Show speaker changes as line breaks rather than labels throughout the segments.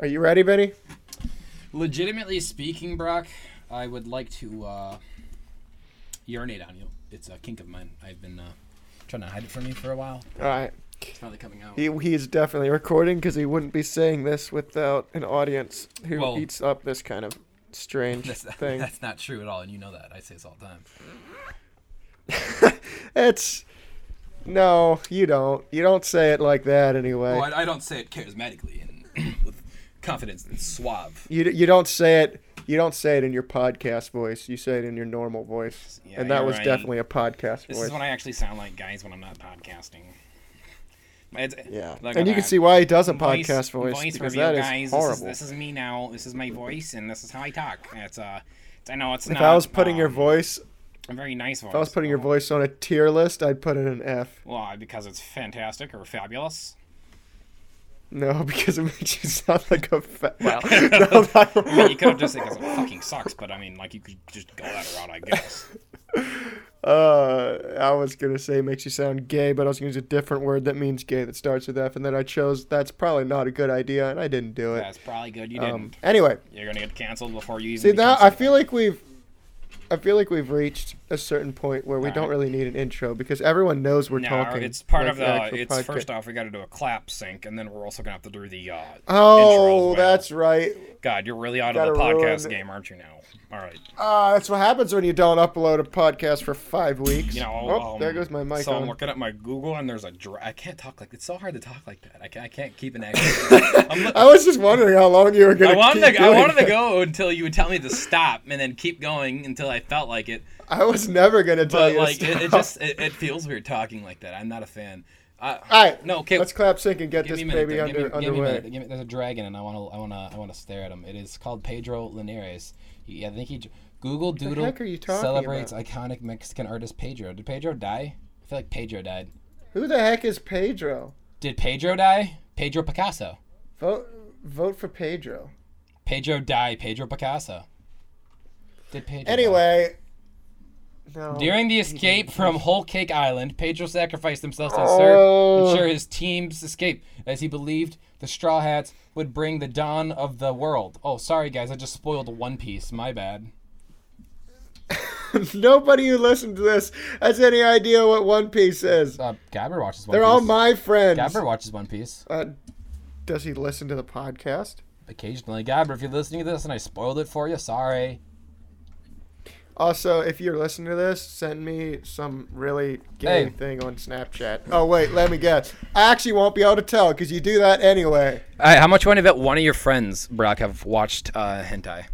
Are you ready, Benny?
Legitimately speaking, Brock, I would like to uh, urinate on you. It's a kink of mine. I've been uh, trying to hide it from you for a while.
All right.
It's finally coming out.
He, he's definitely recording because he wouldn't be saying this without an audience who
Well-
eats up this kind of strange
That's,
thing.
that's not true at all, and you know that. I say this all the time.
It's no, you don't. You don't say it like that anyway.
Well, I, I don't say it charismatically and with confidence and suave.
You d- you don't say it. You don't say it in your podcast voice. You say it in your normal voice,
Yeah,
and that
you're
was
right.
definitely a podcast
This
voice.
is when I actually sound like guys when I'm not podcasting. It's-
yeah,
look at
and you can
that.
see why he does a
Voice-
podcast voice,
voice
because
review,
that is
guys.
horrible.
This is, this is me now. This is my voice, and this is how I talk. It's uh, it's, I know it's
if
not.
I was putting your
um,
voice,
a very nice voice.
if I was putting your
though.
voice on a tier list, I'd put it an F.
Why? Because it's fantastic or fabulous.
No, because it makes you sound like a fat. Well, no, not-
I mean, you could have just said 'cause it fucking sucks, but I mean, like you could just go that route, I guess.
Uh, I was gonna say makes you sound gay, but I was gonna use a different word that means gay that starts with F, and then I chose that's probably not a good idea, and I didn't do it.
That's probably good. You didn't.
Um, anyway,
You're gonna get canceled before you even.
see
become
now I
something.
feel like we've, I feel like we've reached a certain point where we
All
don't
right.
really need an intro because everyone knows we're
No,
talking.
it's part
like
of
actual
the. It's
podcast.
first off, we got to do a clap sync, and then we're also gonna have to do the. Uh,
Oh,
intro as well.
that's right.
God, you're really out
Gotta
of the podcast
ruin-
game, aren't you now? All right.
Ah, that's what happens when you don't upload a podcast for five weeks.
You know.
oh,
um,
there goes my mic
So
on.
I'm looking at my Google, and there's a. Dra- I can't talk like. It's so hard to talk like that. I can't, I can't keep an accent. I'm look-
I was just wondering how long you were gonna.
I wanted
keep
to, I
doing
wanted to
that.
go until you would tell me to stop, and then keep going until I felt like it.
I was never gonna tell
But
you. to
like it, it
stop.
just it, it feels weird talking like that. I'm not a fan. I,
All right,
No, okay.
Let's clap sync and get
give
this
me a minute.
baby
though.
under
give me, give me a
underway.
minute. Give me, there's a dragon, and I want to I want to I want to stare at him. It is called Pedro Linares. He, I think he j- Google Doodle
heck are you talking
celebrates iconic Mexican artist Pedro. Did Pedro die? I feel like Pedro died.
Who the heck is Pedro?
Did Pedro die? Pedro Picasso.
Vote vote for Pedro.
Pedro die. Pedro Picasso. Did Pedro? die?
Anyway, no.
During the escape from Whole Cake Island, Pedro sacrificed himself to
Oh.
ensure, ensure his team's escape, as he believed the Straw Hats would bring the dawn of the world. Oh, sorry guys, I just spoiled One Piece. My bad.
nobody who listened to this has any idea what One Piece is.
Uh, Gabber watches One
They're
Piece.
all my friends.
Gabber watches One Piece
Uh, does he listen to the podcast?
occasionally. Gabber, if you're listening to this and I spoiled it for you, sorry.
Also, if you're listening to this, send me some really gay
Hey.
thing on Snapchat. Oh wait, let me guess. I actually won't be able to tell because you do that anyway.
All right, how much money bet one of your friends, Brock, have watched uh, hentai?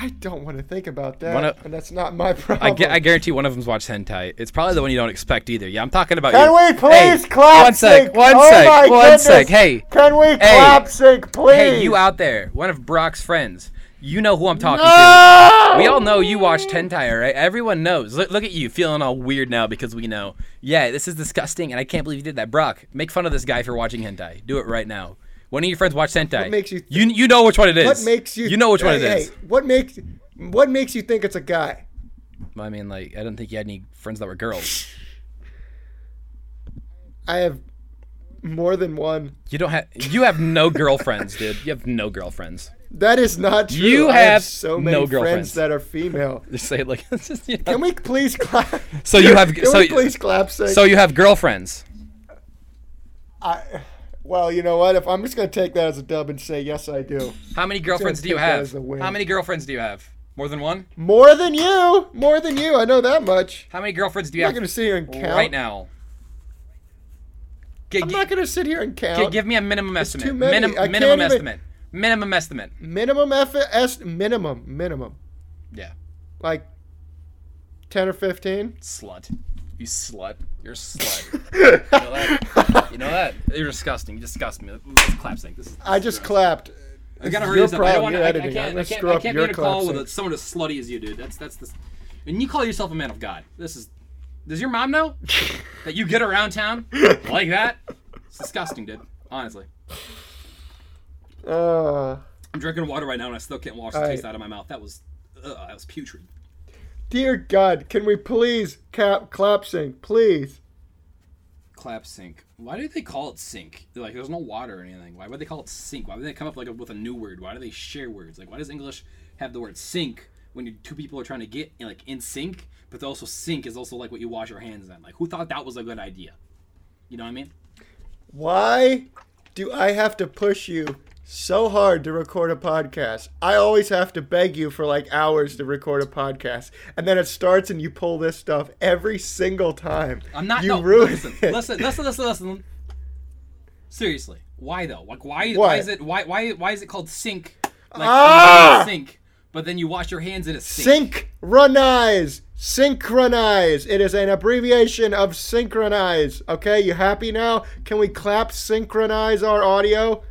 I don't want to think about that,
Wanna-
and that's not my problem.
I, gu- I guarantee one of them's watched hentai. It's probably the one you don't expect either. Yeah, I'm talking about.
Can we
your-
please
hey,
clap
One sec.
sync?
One
Oh
sec.
my
one
goodness.
sec. Hey,
Can we clap sync, please?
hey, you out there? One of Brock's friends. You know who I'm talking
No!
to. We all know you watched hentai, all right? Everyone knows. Look, look at you, feeling all weird now because we know. Yeah, this is disgusting, and I can't believe you did that, Brock. Make fun of this guy for watching hentai. Do it right now. One of your friends watched hentai. What
makes you th-
you you know which one it is.
What makes you?
You know which one it
Hey,
is.
hey, what makes what makes you think it's a guy?
I mean, like, I don't think you had any friends that were girls.
I have more than one.
You don't have. You have no girlfriends, dude. You have no girlfriends.
That is not true.
You
I have,
have
so
no
many friends
girlfriends.
that are female.
Just say it like. it's just, yeah.
Can we please clap?
So you have-
Can
so
we
you-
please clap sync?
So you have girlfriends.
I, well, you know what? If I'm just gonna take that as a dub and say yes, I do.
How many girlfriends do
take
you
that
have?
as a win.
How many girlfriends do you have? More than one?
More than you, more than you. I know that much.
How many girlfriends do you
I'm not
have
gonna sit here and count.
right now? G-
I'm
g-
not gonna sit here and
g-
count.
give me a minimum estimate.
too many.
Minim-
I can't
minimum
even-
estimate. Minimum estimate.
minimum FS minimum minimum
Yeah.
like 10 or 15
Slut. You slut. You're a slut. you know that? You know that? You're disgusting. You disgust me. Let's clap sync. This is,
I just clapped
I gotta
It's
hurry
your
this up. I don't
problem,
want
you're
I, I
editing. I'm
can't,
gonna
I can't,
screw
I
up
can't be
your
in a call
clap
with a, someone as slutty as you, dude. That's that's this. And you call yourself a man of God. This is. Does your mom know that you get around town like that? It's disgusting, dude. Honestly,
uh,
I'm drinking water right now and I still can't wash the
Alright.
taste out of my mouth. That was, ugh, that was putrid.
dear god can we please cap clap sync please
clap sink. Why do they call it sink? They're like, there's no water or anything. Why would they call it sink? Why would they come up like with a new word? Why do they share words? Like, why does English have the word sink when you two people are trying to get like in sync? But also sink is also like what you wash your hands in. Like, who thought that was a good idea? You know what I mean?
Why do I have to push you so hard to record a podcast? I always have to beg you for like hours to record a podcast, and then it starts and you pull this stuff every single time.
I'm not.
You
no,
ruin
listen,
it.
listen, listen, listen, listen. Seriously, why though? Like, why? Why,
Why?
is it? Why? Why? Why is it called sink? Like,
Ah!
sink. But then you wash your hands in a sink.
Synchronize. Synchronize. It is an abbreviation of synchronize. Okay, you happy now? Can we clap synchronize our audio?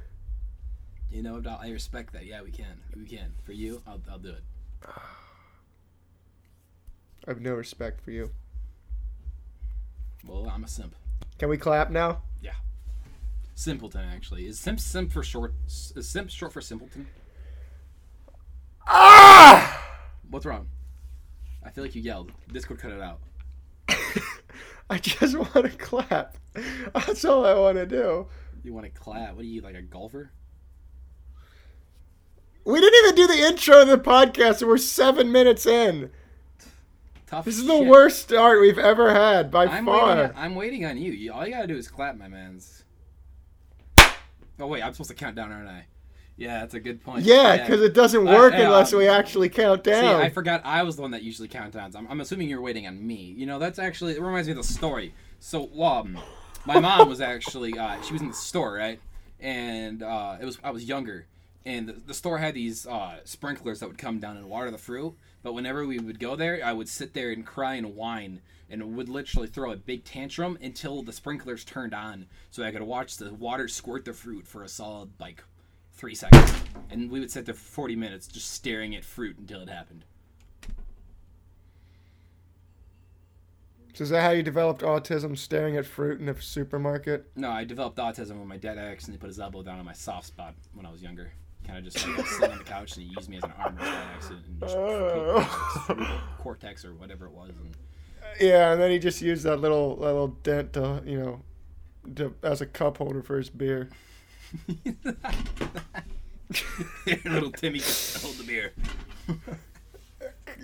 You know, Dal, I respect that. Yeah, we can. We can. For you, I'll, I'll do it.
I have no respect for you.
Well, I'm a simp.
Can we clap now?
Simpleton, actually. Is simp simp for short? S- Is simp short for simpleton?
Ah!
What's wrong? I feel like you yelled. Discord cut it out.
I just want to clap. That's all I want to do.
You want to clap? What are you, like a golfer?
We didn't even do the intro of the podcast, and we're seven minutes in.
Tough
This is the
shit.
worst start we've ever had by
I'm
far.
waiting, on, I'm waiting on you. you. All you gotta do is clap, my man's. Oh wait, I'm supposed to count down, aren't I? Yeah, that's a good point.
yeah, because it doesn't
Uh,
work
yeah,
unless
um,
we actually count
See,
down.
I forgot I was the one that usually countdowns. I'm, I'm assuming you're waiting on me. You know, that's actually it reminds me of the story. So, um, my mom was actually uh, she was in the store, right? And uh, it was I was younger, and the, the store had these uh, sprinklers that would come down and water the fruit. But whenever we would go there, I would sit there and cry and whine, and would literally throw a big tantrum until the sprinklers turned on, so I could watch the water squirt the fruit for a solid like three seconds, and we would sit there for 40 minutes just staring at fruit until it happened.
so is that how you developed autism, staring at fruit in a supermarket?
No, I developed autism when my dad accidentally put his elbow down on my soft spot when I was younger. Kind of just like, sitting on the couch and he used me as an arm by accident and just poked my cortex or whatever it was. And
Yeah, and then he just used that little that little dent to you know, to, as a cup holder for his beer.
little Timmy just held the beer.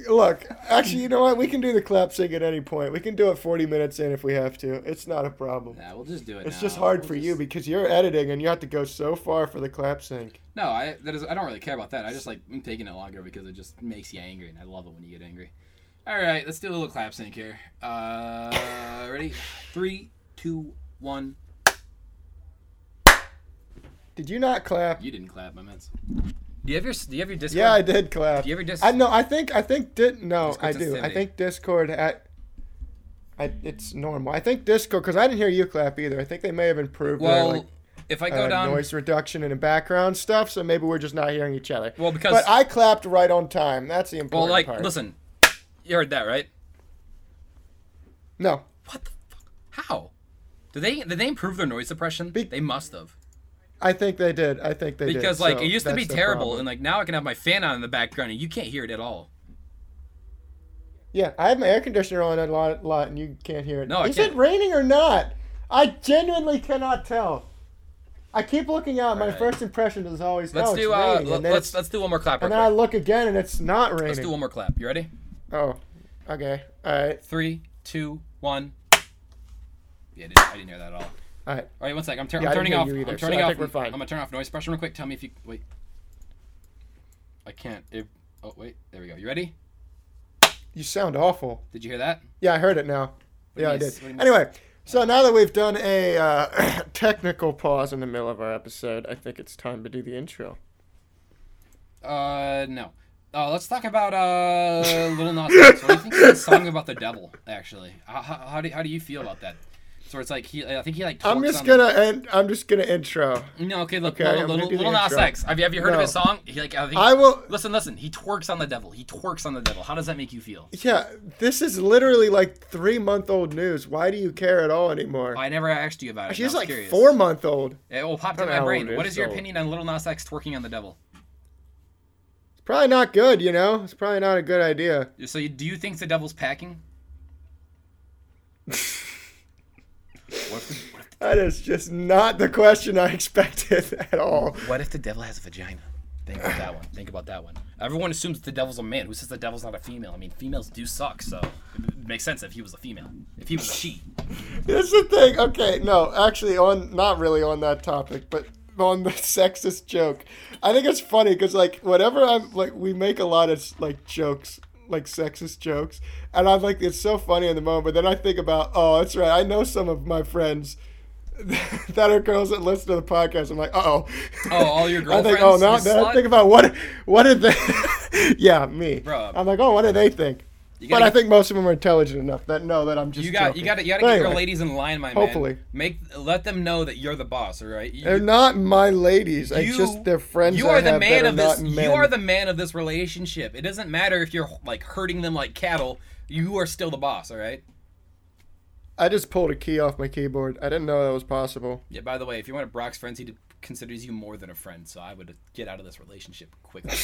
Look, actually, you know what? We can do the clap sync at any point. We can do it 40 minutes in if we have to. It's not a problem.
Nah, we'll just do it.
It's
now.
just hard
We'll
for
just-
you because you're editing and you have to go so far for the clap sync.
No, I that is I don't really care about that. I just like I'm taking it longer because it just makes you angry, and I love it when you get angry. All right, let's do a little clap sync here. Uh, ready? Three, two, one.
Did you not clap?
You didn't clap, my mans. Do you have your Do you have your Discord?
Yeah, I did clap.
Do you ever just-
I no, I think I think did no, I
Discord
do. I
sensitivity.
think Discord at I, it's normal. I think Discord because I didn't hear you clap either. I think they may have improved
Well,
their like
if I go
uh,
down,
noise reduction and background stuff, so maybe we're just not hearing each other.
Well, because-
but I clapped right on time. That's the
well,
important
like
part.
listen, you heard that right?
No,
What the fuck? How? Did they Did they improve their noise suppression? they must have.
I think they did. I think they did.
Because like
so
it used to be
that's the
terrible,
problem.
and like now I can have my fan on in the background, and you can't hear it at all.
Yeah, I have my air conditioner on a lot, lot and you can't hear it.
No, I
Is
can't.
it raining or not? I genuinely cannot tell. I keep looking out. My
Alright.
first impression is always,
Let's
oh, it's
do uh,
raining.
l-
and then,
let's
it's-
let's do one more clap. Real
and
quick.
then I look again, and it's not
Let's do
raining.
one more clap. You ready?
Oh, okay. All right.
Three, two, one. Yeah, I didn't, I didn't hear that at all. All
All right.
right, one sec. I'm, tur-
Yeah, I didn't
I'm turning
hear
off.
you either,
I'm
so
turning
I
off.
think we're fine.
I'm gonna turn off noise suppression real quick. Tell me if you wait. I can't. It, oh wait, there we go. You ready?
You sound awful.
Did you hear that?
Yeah, I heard it now.
do
yeah,
you
I did.
s- what do you mean?
Anyway, so now that we've done a uh, technical pause in the middle of our episode, I think it's time to do the intro.
Uh, no. Uh, let's talk about uh, Little Nas X. What do you think of the song about the devil? Actually, how, how, how do how do you feel about that? So it's like he, I think he like.
I'm
twerks
just
on the-
gonna end, I'm just gonna intro.
No, okay, look,
Okay, I'm
little,
gonna
little,
do the
little Nas
intro.
X. Have you, have you heard of his
No.
song? He like, I think,
I will.
listen, listen. He twerks on the devil. He twerks on the devil. How does that make you feel?
Yeah, this is literally like three month old news. Why do you care at all anymore?
Oh, I never asked you about it. and I
She's
was
like
curious.
four month old.
It will
I
pop to
don't
my
know how old
brain.
it
What
is,
is your
so-
opinion on Little Nas X twerking on the devil?
It's probably not good, you know? It's probably not a good idea.
So, you, do you think the devil's packing? what if the
That is just not the question I expected at all.
What if the devil has a vagina? Think about that one. Think about that one. Everyone assumes the devil's a man. Who says the devil's not a female? I mean, females do suck, so it makes sense if he was a female. If he was a she.
That's the thing. Okay, no, actually, on not really on that topic, but on the sexist joke, I think it's funny because like whatever I'm like, we make a lot of like jokes, like sexist jokes, and I'm like, it's so funny in the moment. But then I think about, oh, that's right. I know some of my friends that are girls that listen to the podcast. I'm like, oh,
Oh, all your
I
girlfriends.
think, oh, now,
you
now I
slut?
think about what, what did they, yeah, me.
Bro.
I'm like, oh, what did they think?
You
But
gotta-
I think most of them are intelligent enough that know that I'm just.
You got,
joking.
you got, to you got to
But
get
anyway,
your ladies in line, my
Hopefully.
man. Make, let them know that you're the boss, all right? You-
They're not my ladies. I
you-
just they're friends.
You
I
are the
have
man
that
of
are
this.
not men.
You are the man of this relationship. It doesn't matter if you're like hurting them like cattle. You are still the boss. All right.
I just pulled a key off my keyboard. I didn't know that was possible.
Yeah. By the way, if you're one of Brock's friends, he considers you more than a friend. So I would get out of this relationship quickly.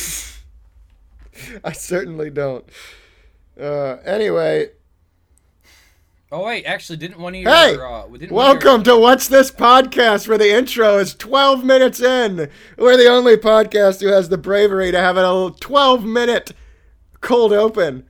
I certainly don't. Uh, anyway,
oh wait, actually, didn't one of your
Hey!
uh, didn't one of your-
welcome to What's This Podcast, where the intro is 12 minutes in. We're the only podcast who has the bravery to have a little 12 minute cold open.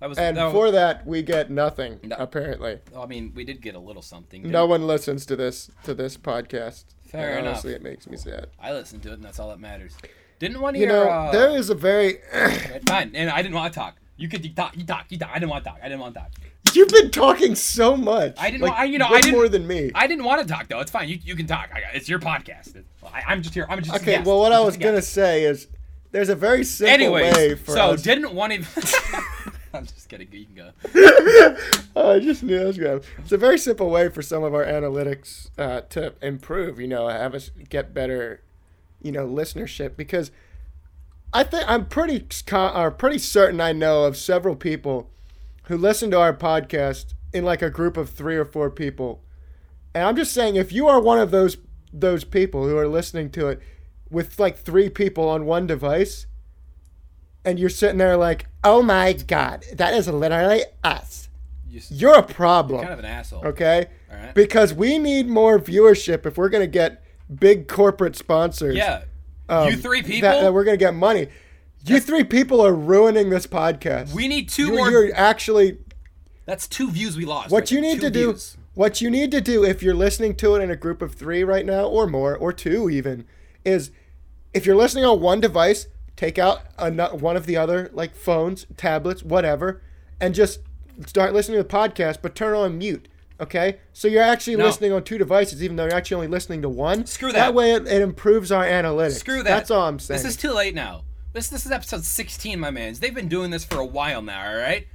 that was.
And
that was-
for that, we get nothing,
No.
apparently.
I mean, we did get a little something.
No
didn't
one listens to this to this podcast.
Fair
and
enough.
honestly, it makes me sad.
we? I listened to it, and that's all that matters. Didn't one of
You
your
know,
uh,
there is a very
fine, and I didn't want to talk. You could you talk, you talk, you talk. I didn't want to talk. I didn't want to talk.
You've been talking so much.
I didn't
Like,
wa- I- you know, I
way
didn't-
more than me.
I didn't want to talk though. It's fine. You, you can talk. I, it's your podcast. I, I'm just here. I'm just. a
okay,
guest.
well, what
I'm
I
just
was
a
gonna
guest.
say is, there's a very simple way
Anyways,
for
so
us.
didn't want to. I'm just kidding. You can go.
Oh, I just knew that was gonna. It's a very simple way for some of our analytics uh, to improve. You know, have us get better, you know, listenership because I think I'm pretty con- or pretty certain I know of several people who listen to our podcast in like a group of three or four people, and I'm just saying if you are one of those those people who are listening to it with like three people on one device, and you're sitting there like, oh my god, that is literally us.
You s-
You're a problem.
kind of an asshole.
okay?
All right.
Because we need more viewership if we're going to get big corporate sponsors.
yeah. you three people.
Um, That, that we're going to get money. You three people are ruining this podcast.
we need 2
you're,
more.
you're actually
that's two views we lost.
what you need to do what you need to do if you're listening to it in a group of 3 right now or more or 2 even is if you're listening on one device, take out ano- one of the other like phones, tablets, whatever and just start listening to the podcast but turn on mute. Okay, so you're actually
No.
listening on two devices, even though you're actually only listening to one.
Screw
That
that.
way, it, it improves our analytics.
Screw that.
That's all I'm saying.
This is too late now. This this is episode 16, my mans. They've been doing this for a while now. All right.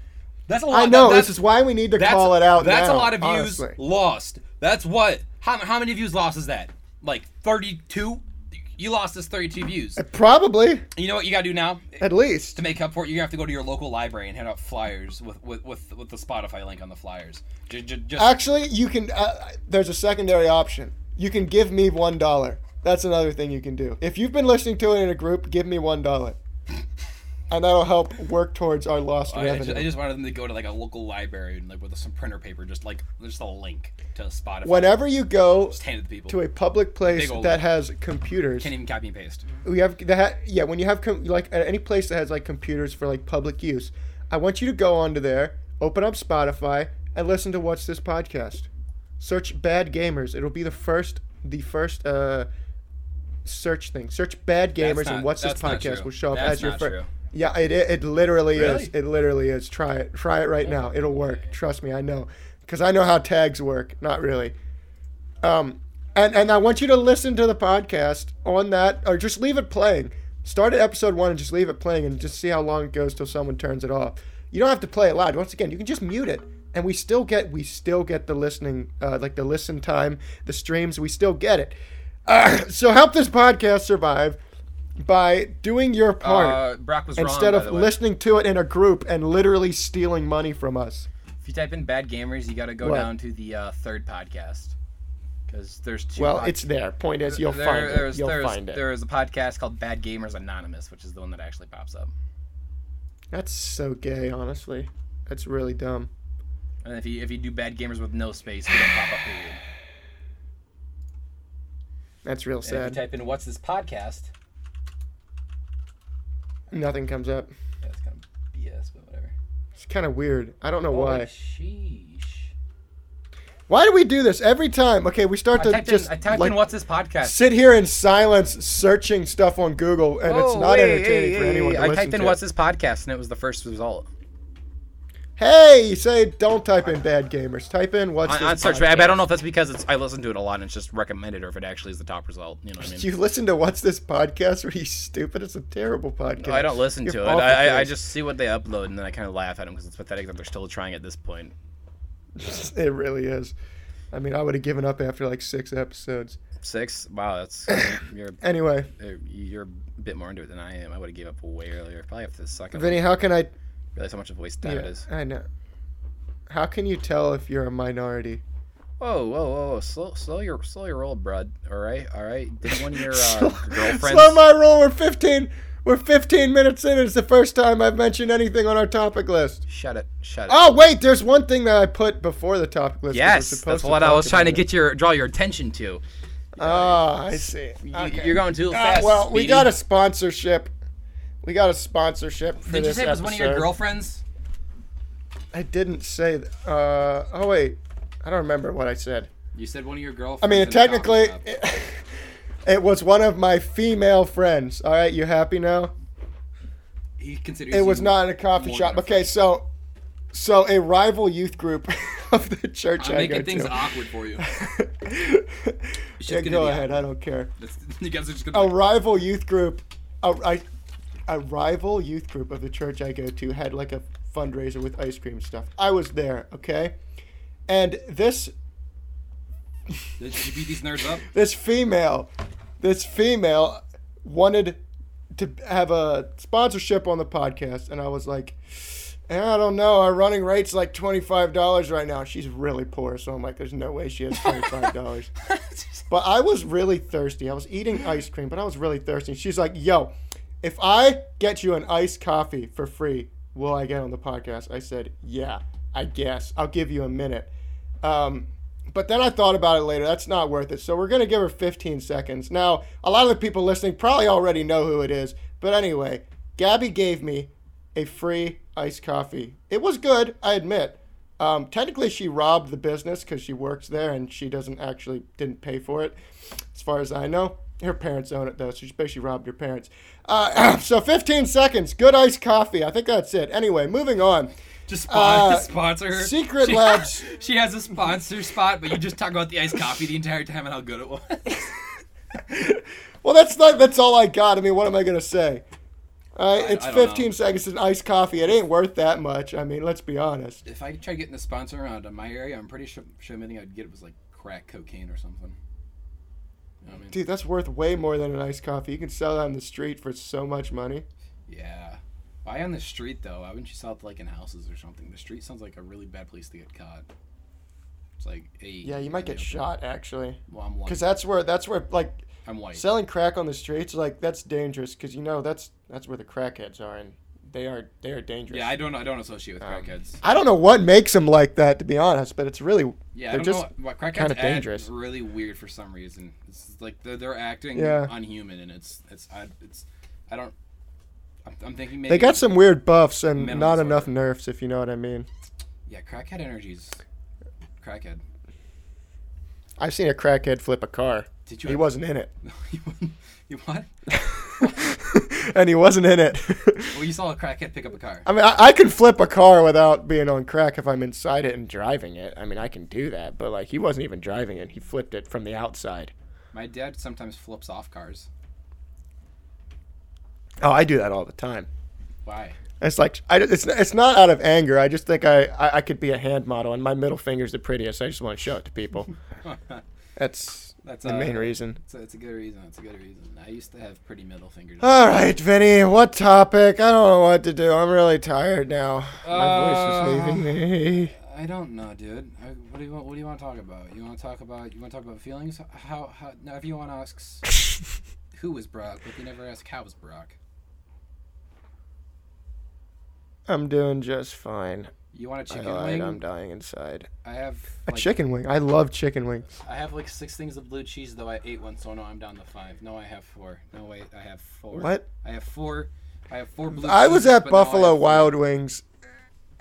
That's a lot.
I know.
that-
This
that's-
is why we need to
That's,
call it out.
That's
now,
a lot of views
honestly.
lost. That's what. How, how many views lost is that? Like 32? You lost this 32 views.
Probably,
You know what you gotta do now?
at least.
To make up for it, you have to go to your local library and hand out flyers with with, with, with the Spotify link on the flyers. Just, just
Actually, you can. Uh, there's a secondary option. You can give me one dollar. That's another thing you can do. If you've been listening to it in a group, give me one dollar, and that'll help work towards our lost
I, I
revenue.
just, I just wanted them to go to like a local library and like with some printer paper, just like just a link to Spotify.
Whenever you go
Just hand it to people.
to a public place
Big old-
that has computers,
Can't even copy and paste.
we have that. ha- Yeah, when you have com- like at any place that has like computers for like public use, I want you to go onto there, open up Spotify, and listen to what's this podcast. Search "bad gamers." It'll be the first, the first uh, search thing. Search "bad gamers"
That's
and
not-
what's this
that's not
podcast
true.
will show up
That's
as your
not
first.
true.
Yeah, it it, it literally is.
Really?
It literally is. Try it. Try it right now. It'll work. Trust me, I know, because I know how tags work. Not really. Um, and and I want you to listen to the podcast on that, or just leave it playing. Start at episode one and just leave it playing, and just see how long it goes till someone turns it off. You don't have to play it loud. Once again, you can just mute it, and we still get we still get the listening, uh, like the listen time, the streams. We still get it. Uh, so help this podcast survive by doing your part
Uh, Brock was
instead
wrong. by
of
the way.
listening to it in a group and literally stealing money from us.
If you type in bad gamers, you got to go
What?
down to the uh, third podcast because there's two.
Well,
pod-
it's there. Point is, you'll
there-
find it.
there's-
You'll
there's-
find it.
There is a podcast called Bad Gamers Anonymous, which is the one that actually pops up.
That's so gay, honestly. That's really dumb.
And if you if you do Bad Gamers with no space, you don't pop up. Period.
That's real
And if you
sad.
type in "What's this podcast?"
Nothing comes up.
Yeah, it's kind of BS, but whatever.
It's kind of weird. I don't know
Oh,
why.
Sheesh.
Why do we do this every time? Okay, we start
I
to
typed,
just
in, I typed
like,
in "What's this podcast?"
sit here in silence searching stuff on Google, and it's
Oh,
not
hey,
entertaining
hey,
for
hey,
anyone
hey.
to
I
listen
typed in
to.
"What's this podcast?" and it was the first result.
Hey, you say don't type in bad gamers. Type in what's
on,
this
on search,
podcast.
but I don't know if that's because it's I listen to it a lot and it's just recommended, or if it actually is the top result. You know what I mean?
You listen to what's this podcast? Are you stupid? It's a terrible podcast.
No, I don't listen
You're
to it.
awful
I, I, I
things.
just see what they upload and then I kind of laugh at them because it's pathetic that they're still trying at this point.
It really is. I mean, I would have given up after like six episodes.
Six? Wow, that's you're eh,
Anyway,
you're a bit more into it than I am. I would have gave up way earlier. Probably after the second. one.
Vinny, how can I?
Realize how much of a waste time it
Yeah,
is.
I know. How can you tell if you're a minority?
Whoa, whoa, whoa! whoa. Slow, slow your, slow your roll, brud. All right, all right. Did one of your uh,
slow,
girlfriends?
slow my roll. We're 15. We're 15 minutes in. It's the first time I've mentioned anything on our topic list.
Shut it, shut it.
Oh wait, there's one thing that I put before the topic list. 'cause we're
yes,
supposed
that's
to
what I
talk
was trying to
about it.
get your draw your attention to.
Ah, I see.
You,
Okay.
You're going too
Ah,
fast.
well, we
Speedy.
got a sponsorship. We got a sponsorship for
Did you
this
say it was
episode.
one of your girlfriends?
I didn't say. Th- uh, oh wait, I don't remember what I said.
You said one of your girlfriends.
I mean,
in the coffee
technically,
shop.
it, it was one of my female friends. All right, you happy now?
he considers
It was
you
not in a coffee
more
shop.
than a
Okay, so, so a rival youth group of the church
I'm
I
making
go
things
to.
awkward for you.
yeah,
gonna
go
be
ahead. I don't care.
That's, you guys are just
a
gonna.
rival youth group a, I- a rival youth group of the church i go to had like a fundraiser with ice cream stuff i was there okay and this Oh.
Did you beat these nerds up?
this female this female wanted to have a sponsorship on the podcast and i was like "Eh, I don't know. Our running rate's like twenty five dollars right now. She's really poor, so I'm like, there's no way she has twenty five dollars. But I was really thirsty. I was eating ice cream, but I was really thirsty. She's like, "Yo, if I get you an iced coffee for free, will I get on the podcast?" I said, "Yeah, I guess. I'll give you a minute." Um, but then I thought about it later. That's not worth it. So we're gonna give her 15 seconds. Now, a lot of the people listening probably already know who it is. But anyway, Gabby gave me a free iced coffee. It was good, I admit. Um, technically, she robbed the business because she works there and she doesn't actually didn't pay for it, as far as I know. Her parents own it though, so she basically robbed her parents. Uh, so 15 seconds, good iced coffee. I think that's it. Anyway, moving on.
Just spon-
Uh,
sponsor her.
Secret
she,
Labs-
She has a sponsor spot, but you just talk about the iced coffee the entire time and how good it was.
Well, that's not, that's all I got. I mean, what am I gonna say? Uh, it's
I don't
15
know.
seconds. It's an iced coffee. It ain't worth that much. I mean, let's be honest.
If I tried getting a sponsor around in my area, I'm pretty sure, sure anything I'd get was like crack cocaine or something. You know what I mean?
Dude, that's worth way more than an iced coffee. You can sell that on the street for so much money.
Yeah. Why on the street though? Why wouldn't you sell it like in houses or something? The street sounds like a really bad place to get caught. It's like hey.
Yeah, you might
I'm
get
the-
shot actually,
Well, I'm white.
because that's where that's where like
I'm white.
selling crack on the streets like that's dangerous. Because you know that's that's where the crackheads are, and they are they are dangerous.
yeah, I don't. I don't associate with
Um,
crackheads.
I don't know what makes them like that, to be honest. But it's really they're
Yeah, I don't
just
know. What, crackheads
kinda
act
dangerous.
Really weird for some reason. It's just like they're, they're acting
Yeah.
unhuman, and it's it's I it's I don't. I'm, I'm thinking maybe
they got some weird buffs and
Minimum
not
disorder.
enough nerfs, if you know what I mean.
Yeah, crackhead energies. Crackhead.
I've seen a crackhead flip a car.
Did you?
He wasn't in it,
you, you what?
and he wasn't in it.
Well, you saw a crackhead pick up a car.
I mean, I, I can flip a car without being on crack if I'm inside it and driving it. I mean, I can do that, but like he wasn't even driving it; he flipped it from the outside.
My dad sometimes flips off cars.
Oh, I do that all the time.
Why?
It's like I, it's it's not out of anger. I just think I, I I could be a hand model, and my middle finger's the prettiest. I just want to show it to people. That's
That's
the
uh,
main reason.
It's a, it's a good reason. It's a good reason. I used to have pretty middle fingers.
All right, Vinny. What topic? I don't know what to do. I'm really tired now. My voice is leaving me.
I don't know, dude. I, what do you want? What do you want to talk about? You want to talk about? You want to talk about feelings? How? How? Now, everyone asks who was Brock, but they never ask how was Brock.
I'm doing just fine.
You want a
All
chicken
right,
wing?
I'm dying inside.
I have
A
like,
chicken wing. I love chicken wings.
I have like six things of blue cheese though. I ate one, so no, I'm down to five. No, I have four. No wait, I have four.
What?
I have four. I have four blue.
I was
cheeses,
at
but now I
Buffalo
have-
Wild Wings,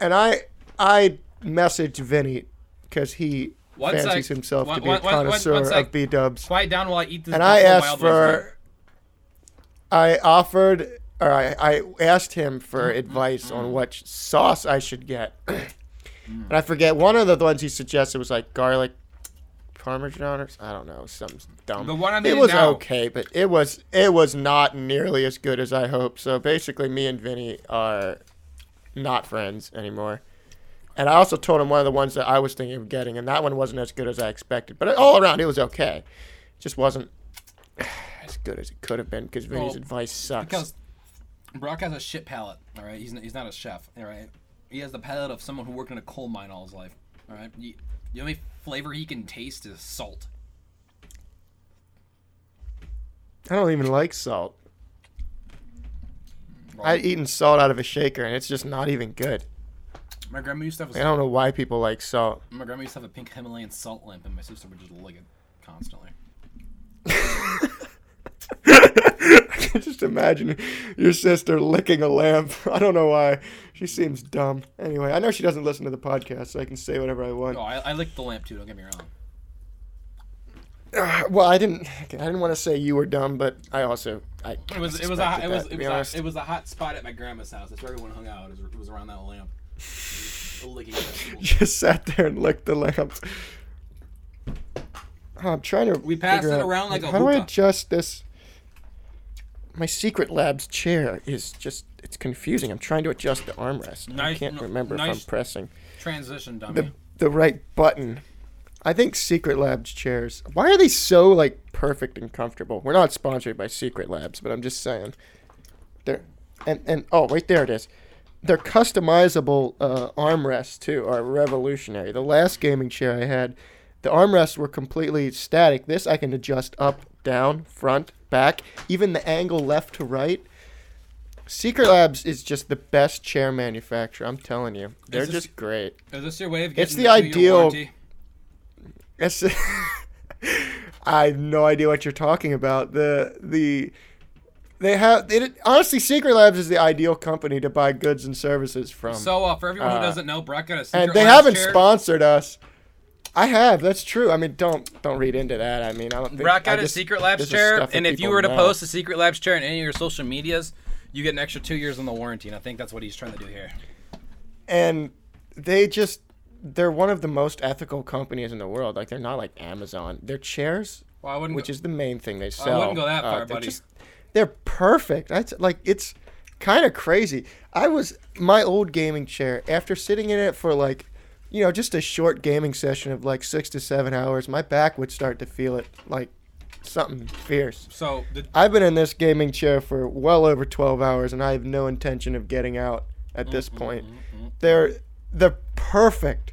and I I messaged Vinny because he
One
fancies
sec.
himself
One-
to be
one-
a
one- one- one
connoisseur
sec.
of B Dubs,
Quiet down while I eat this.
and I
Buffalo
asked
Wild Wings burger.
for. I offered, or I, I asked him for
Mm-hmm.
advice on what sh- sauce I should get, and I forget one of the ones he suggested was like garlic parmesan or s- I don't know, something dumb.
The one I'm
It
eating
was
now.
okay, but it was it was not nearly as good as I hoped. So basically, me and Vinny are not friends anymore. And I also told him one of the ones that I was thinking of getting, and that one wasn't as good as I expected. But all around, it was okay. Just wasn't as good as it could have been because Vinny's
Well,
advice sucks.
Because Brock has a shit palate, all right? He's, n- he's not a chef, all right? He has the palate of someone who worked in a coal mine all his life, all right? He, the only flavor he can taste is salt.
I don't even like salt.
Wrong.
I've eaten salt out of a shaker, and it's just not even good.
my grandma used to have
I
a,
don't know why people like salt.
my grandma used to have a pink Himalayan salt lamp, and my sister would just lick it constantly.
I can just imagine your sister licking a lamp. I don't know why. She seems dumb. Anyway, I know she doesn't listen to the podcast, so I can say whatever I want.
Oh, I, I licked the lamp too. Don't get me wrong.
Uh, well, I didn't. I didn't want to say you were dumb, but I also I.
It was it was a
suspected
it
that,
was
to be
it was
honest.
a, it was a hot spot at my grandma's house. That's where everyone hung out. It was, it was around that lamp. Licking vegetables.
just sat there and licked the lamp. I'm trying to.
We passed
figure
it
out,
around like a
How do I
hookah.
adjust this? My secret lab's chair is just—it's confusing. I'm trying to adjust the armrest. I
Nice-
can't
no-
remember if
nice-
I'm pressing
Transition dummy.
the the right button. I think Secret Labs chairs. Why are they so like perfect and comfortable? We're not sponsored by Secret Labs, but I'm just saying. They're and and oh right there it is. Their customizable uh, armrests too are revolutionary. The last gaming chair I had, the armrests were completely static. This I can adjust up, down, front, back, even the angle left to right. Secret Labs is just the best chair manufacturer. I'm telling you, they're
this-
just great.
Is this your way of getting
It's the
the two-year
ideal-
warranty?
That's. I have no idea what you're talking about. The the they have it, honestly. Secret Labs is the ideal company to buy goods and services from,
So uh, for everyone who
Uh,
doesn't know, Brock got a secret
and they
lounge
haven't
chair.
sponsored us. I have. That's true. I mean, don't don't read into that. I mean, I don't. Think,
Brock
I
got a
just-
secret labs
this is
chair,
stuff that
and if you
people
were to
know.
post a secret labs chair in any of your social medias, you get an extra two years on the warranty. And I think that's what he's trying to do here.
and they just they're one of the most ethical companies in the world. Like they're not like Amazon. Their chairs
Well, I wouldn't.
which is the main thing they sell. Uh,
wouldn't go that far,
they're
buddy.
they're perfect. That's like it's kind of crazy. I was my old gaming chair after sitting in it for like, you know, just a short gaming session of like six to seven hours. My back would start to feel it like something fierce.
so the,
I've been in this gaming chair for well over 12 hours, and I have no intention of getting out at this point. They're the perfect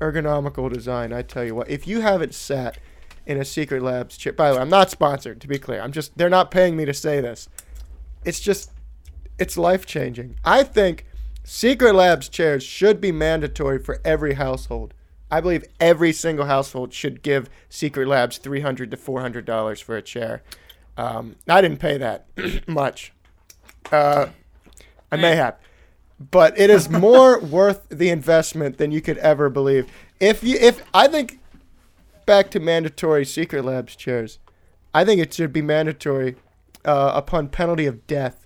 ergonomical design, I tell you what. If you haven't sat in a Secret Labs chair, by the way, I'm not sponsored, to be clear. I'm just, they're not paying me to say this. It's just, it's life changing. I think Secret Labs chairs should be mandatory for every household. I believe every single household should give Secret Labs three hundred to four hundred dollars for a chair. Um, I didn't pay that much. Uh, I may have, but it is more worth the investment than you could ever believe. If you, if I think back to mandatory Secret Labs chairs, I think it should be mandatory uh, upon penalty of death.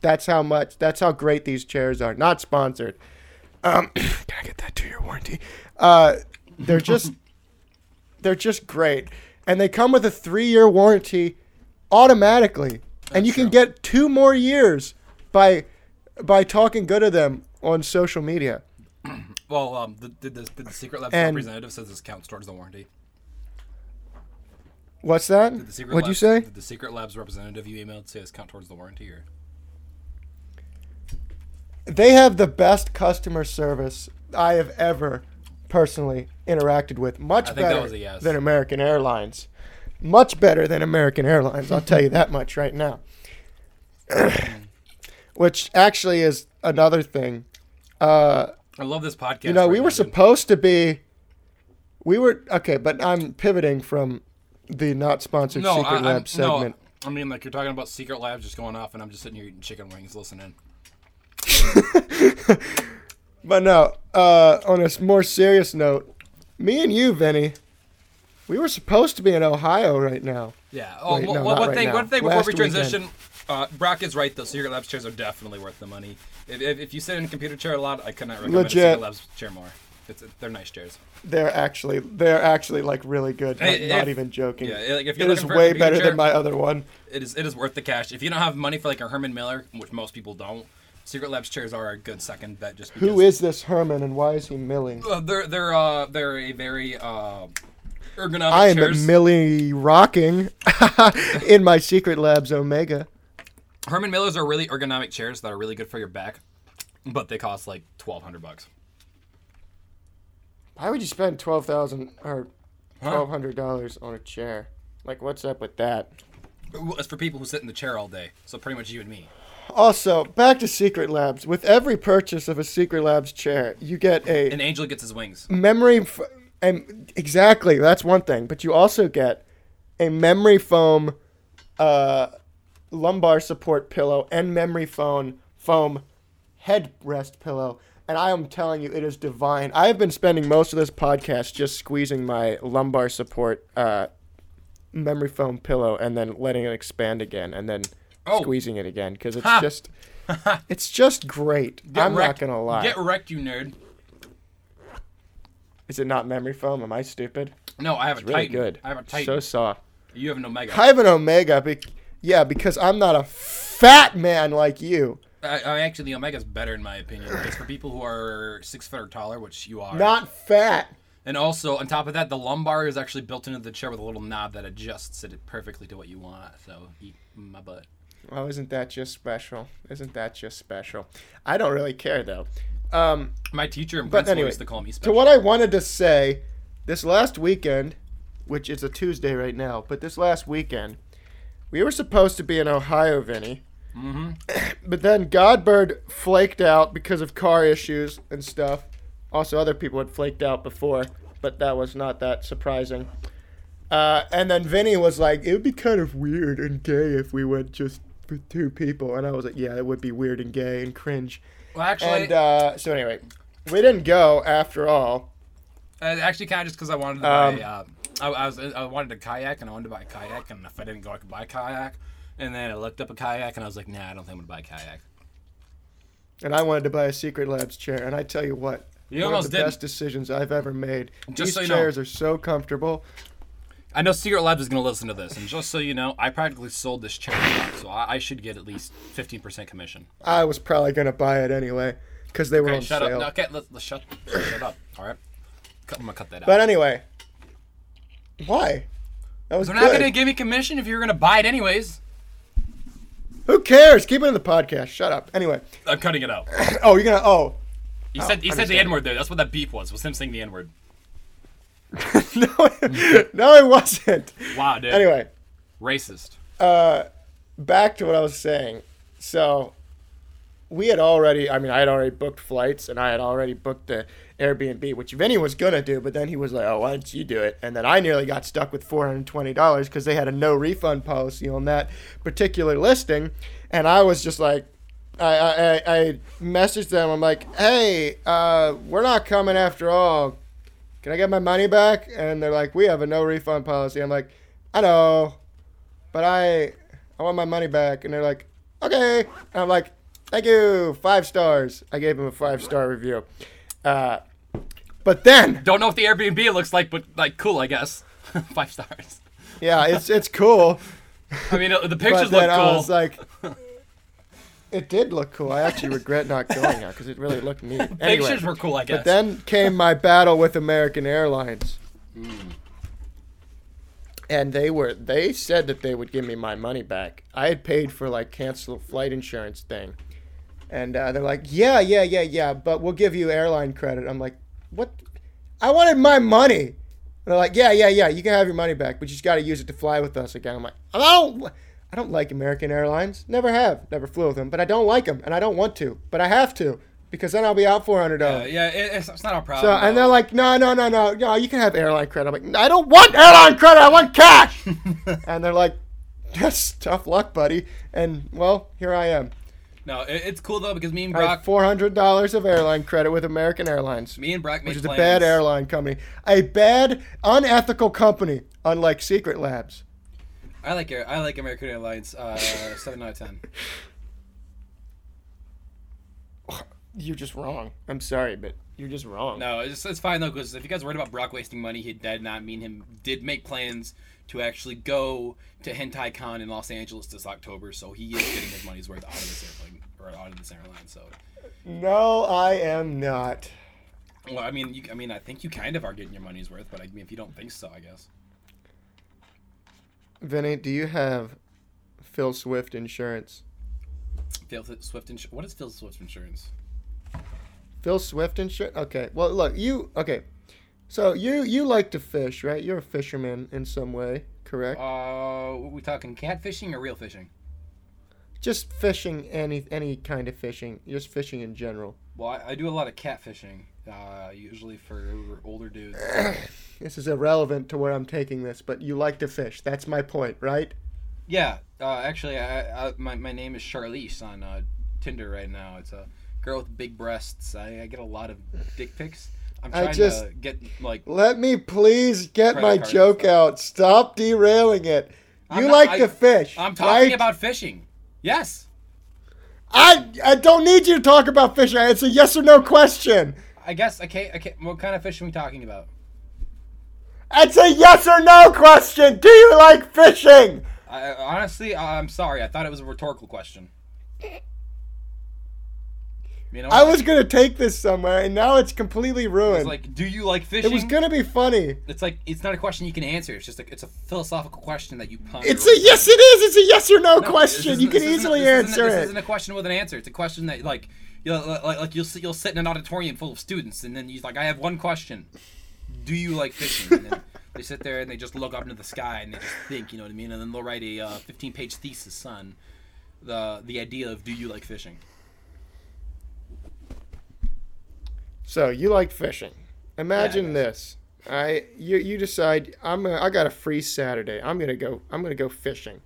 That's how much. That's how great these chairs are. Not sponsored. Um, can I get that two-year warranty? Uh, they're just, they're just great, and they come with a three-year warranty automatically, and you can get two more years by by talking good of them on social media.
well, um, the, the, the, the secret labs
And-
representative says this counts towards the warranty.
What's that?
Did the secret
What'd you
labs,
say?
Did the secret labs representative you emailed say this count towards the warranty? Or
They have the best customer service I have ever personally interacted with. Much
think that
better
was a yes.
than American Airlines. Much better than American Airlines. I'll tell you that much right now. Which actually is another thing Uh,
I love this podcast.
you know, we
right
were
now, dude.
supposed to be. We were okay, but I'm pivoting from the not sponsored
No,
secret
I, I'm-
lab segment.
No, I mean, like you're talking about secret labs just going off, and I'm just sitting here eating chicken wings, listening.
But no, uh, on a s- more serious note, me and you, Vinny, we were supposed to be in Ohio right now.
Yeah. Oh,
Wait,
well,
no,
well,
not
one
right
thing.
now.
One thing before
Last
we
weekend.
transition. Uh, Brock is right though. Secret Labs chairs are definitely worth the money. If, if, if you sit in a computer chair a lot, I could not recommend
Legit.
a Secret Labs chair more. It's they're nice chairs.
They're actually they're actually like really good. Not,
Hey,
not
if-
even joking.
Yeah, like if you're
it is
looking for a
way
computer
better
chair,
than my other one.
It is it is worth the cash. If you don't have money for like a Herman Miller, which most people don't, Secret Labs chairs are a good second bet. Just because
Who is this Herman and why is he milling?
Uh, they're they're uh they're a very uh ergonomic
I am
chairs.
milly rocking in my secret labs Omega.
Herman Millers are really ergonomic chairs that are really good for your back, but they cost like twelve hundred bucks.
Why would you spend twelve thousand or twelve hundred dollars on a chair? Like, what's up with that?
Well, It's for people who sit in the chair all day. So pretty much you and me.
Also, back to Secret Labs. With every purchase of a Secret Labs chair, you get
An
a
angel gets his wings.
memory. F- and exactly, that's one thing. But you also get a memory foam, uh, lumbar support pillow and memory foam foam headrest pillow. And I am telling you, it is divine. I have been spending most of this podcast just squeezing my lumbar support uh, memory foam pillow and then letting it expand again and then
Oh.
squeezing it again because it's
Ha.
just it's just great. I'm
wrecked-
not gonna lie.
Get wrecked, you nerd.
is it not memory foam? Am I stupid?
No, I have a
Really
Titan.
good.
I have a
So
Titan.
soft.
you have an Omega.
I have an omega. Be- yeah, because I'm not a fat man like you.
I, I actually, the Omega's better in my opinion. It's for people who are six foot or taller, which you are.
Not fat.
and also, on top of that, the lumbar is actually built into the chair with a little knob that adjusts it perfectly to what you want. So eat my butt.
Oh, isn't that just special? Isn't that just special? I don't really care though. Um,
My teacher in
But
principal
anyway,
used to call me
to
special.
what I wanted to say, this last weekend, which is a Tuesday right now, but this last weekend, we were supposed to be in Ohio, Vinny. Mm-hmm. but then Godbird flaked out because of car issues and stuff. Also, other people had flaked out before, but that was not that surprising. Uh, and then Vinny was like, it would be kind of weird and gay if we went just for two people. And I was like, yeah, it would be weird and gay and cringe.
well, actually,
And uh, so anyway, we didn't go after all.
uh, actually, kind of just because I wanted to
Um,
buy. Uh, I, I was I wanted a kayak and I wanted to buy a kayak, and if I didn't go, I could buy a kayak. And then I looked up a kayak, and I was like, Nah, I don't think I'm gonna buy a kayak.
And I wanted to buy a Secret Labs chair, and I tell you what,
You
one
almost
of the
did.
best decisions I've ever made. These
so you know.
chairs are so comfortable.
I know Secret Labs is going to listen to this, and just so you know, I practically sold this chair, so I, I should get at least fifteen percent commission.
I was probably gonna buy it anyway because they were
Okay,
on
shut
sale.
up. No, okay, let's, let's shut, shut up. All right, Cut- I'm gonna cut that out.
But anyway, why? That was
They're
good.
not gonna give me commission if you're gonna buy it anyways.
Who cares? Keep it in the podcast. Shut up. Anyway,
I'm Uh, cutting it out.
oh, you're gonna oh.
He said he said the N word there. That's what that beep was. Was him saying the N word?
no, it- no, it wasn't.
Wow, dude.
Anyway,
racist.
back to what I was saying. So we had already I mean I had already booked flights and I had already booked the Airbnb, which Vinny was gonna do, but then he was like, Oh, why don't you do it? And then I nearly got stuck with four hundred and twenty dollars because they had a no refund policy on that particular listing. And I was just like I, I, I- I messaged them, I'm like, Hey, uh, we're not coming after all. Can I get my money back? And they're like, We have a no refund policy. I'm like, I know but I I want my money back. And they're like, okay. And I'm like, thank you, five stars. I gave him a five star review. Uh, but then,
Don't know if the Airbnb looks like, but like cool, I guess. Five stars.
yeah, it's it's cool.
I mean, uh, the
But
pictures look
then I
cool.
was like, it did look cool. I actually regret not going now because it really looked neat. Anyway,
Pictures were cool, I guess.
but then came my battle with American Airlines.
Hmm.
And they were they said that they would give me my money back. I had paid for like cancel flight insurance thing. And uh, they're like, "Yeah, yeah, yeah, yeah, but we'll give you airline credit." I'm like, "What? I wanted my money." And they're like, "Yeah, yeah, yeah, you can have your money back, but you just got to use it to fly with us again." I'm like, "I don't I don't like American Airlines. Never have. Never flew with them, but I don't like them and I don't want to, but I have to because then I'll be out four hundred
Uh,
dollars.
yeah, it, it's, it's not our problem.
So Uh, and they're
though.
like, no, no, no, no, no, you can have airline credit. I'm like, I don't want airline credit. I want cash. and they're like, that's tough luck, buddy. And well, here I am.
no, it, it's cool though because me and
I have
Brock,
four hundred dollars of airline credit with American Airlines,
me and Brock made
which is a
plans.
bad airline company, a bad, unethical company, unlike Secret Labs.
I like air, I like American Airlines. Uh, seven out of ten.
You're just wrong. I'm sorry, but you're just wrong.
No, it's, it's fine though, because if you guys are worried about Brock wasting money, he did not mean him. Did make plans to actually go to Hentai Con in Los Angeles this October, so he is getting his money's worth out of this airplane or out of this airline. So,
No, I am not.
well, I mean, you, I mean, I think you kind of are getting your money's worth, but I mean, if you don't think so, I guess.
Vinny, do you have Phil Swift insurance?
Phil Swift Insurance. What is Phil Swift Insurance?
Phil Swift insurance? Okay. Well, look, you okay. So you you like to fish, right? You're a fisherman in some way, correct?
Uh, we talking catfishing or real fishing?
Just fishing any any kind of fishing, just fishing in general.
Well, I, I do a lot of catfishing, uh, usually for older dudes.
This is irrelevant to where I'm taking this, but you like to fish. That's my point, right?
Yeah, uh, actually, I, I my my name is Charlize on uh, Tinder right now. It's a girl with big breasts. I, I get a lot of dick pics. I'm
I
trying to
just-
get like.
Let me please get
Credit
my
card
joke
stuff.
out. Stop derailing it.
I'm
you
not-
like
I-
to fish.
I'm talking
right?
about fishing. Yes,
I I don't need you to talk about fishing. It's a yes or no question.
I guess. Okay, okay. What kind of fish are we talking about?
It's a yes or no question. Do you like fishing?
I, I- honestly, I- I'm sorry. I thought it was a rhetorical question. You know,
I was gonna take this somewhere, and now it's completely ruined.
it's like, do you like fishing?
it was gonna be funny.
It's like it's not a question you can answer. It's just like it's a philosophical question that you ponder.
It's
over
a yes. It is. It's a yes or no,
No, this
question.
isn't-
You can
this isn't-
easily
this isn't-
answer
This
it.
isn't a question with an answer. It's a question that like you'll like, like you'll sit, you'll sit in an auditorium full of students, and then he's like, "I have one question: Do you like fishing?" And then they sit there and they just look up into the sky and they just think, you know what I mean? And then they'll write a uh, 15-page thesis on the the idea of do you like fishing?
So you like fishing? Imagine this. I you you decide I'm gonna, I got a free Saturday. I'm gonna go I'm gonna go fishing.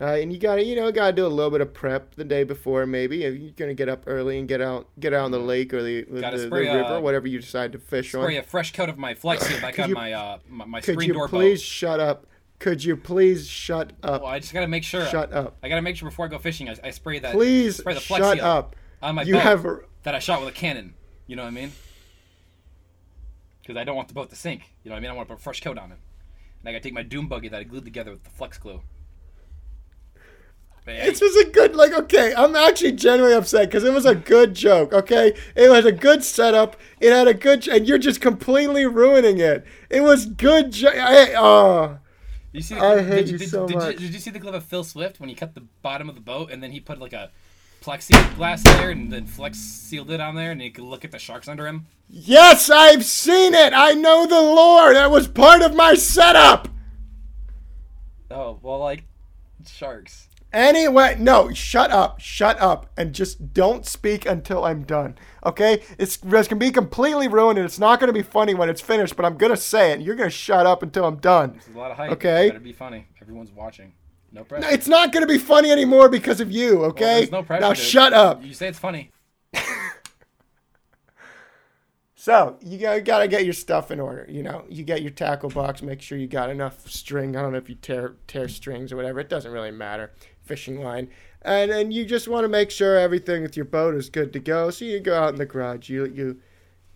Uh, and you gotta you know gotta do a little bit of prep the day before maybe if you're gonna get up early and get out get out on the lake or the, the,
Gotta
the, the
spray, uh,
river whatever you decide to fish on.
Spray a fresh coat of my flight suit back on
you-
my uh my, my
Could
screen
you
door
please shut up? Could you please shut up?
Well, I just gotta make sure.
shut up.
I gotta make sure before I go fishing, I, I spray that.
Please
spray the Flex
shut
Seal
up.
on my
You
boat.
have
that I shot with a cannon. You know what I mean? Because I don't want the boat to sink. You know what I mean? I want to put a fresh coat on it. And I gotta take my doom buggy that I glued together with the flex glue. But yeah,
This was a good, like, okay, I'm actually genuinely upset because it was a good joke, okay? It was a good setup. It had a good, and you're just completely ruining it. It was good. Jo- I, oh,
you see
I
clip-
hate
did,
you
did-
so
did
much.
did you see the clip of Phil Swift when he cut the bottom of the boat and then he put like a plexiglass there and then flex sealed it on there and he could look at the sharks under him?
yes, I've seen it. I know the lore. That was part of my setup.
Oh, well, like sharks.
Anyway, no, shut up, shut up, and just don't speak until I'm done. Okay? It's, it's gonna be completely ruined, and it's not gonna be funny when it's finished. But I'm gonna say it. and You're gonna shut up until I'm done.
There's a lot of hype.
Okay.
Better be funny. Everyone's watching. No pressure.
No, It's not gonna be funny anymore because of you.
Well,
Okay?
there's no pressure.
now
dude.
shut up.
You say it's funny.
So you gotta, gotta get your stuff in order. You know, you get your tackle box. Make sure you got enough string. I don't know if you tear tear strings or whatever. It doesn't really matter. Fishing line, and and you just want to make sure everything with your boat is good to go. So you go out in the garage. You you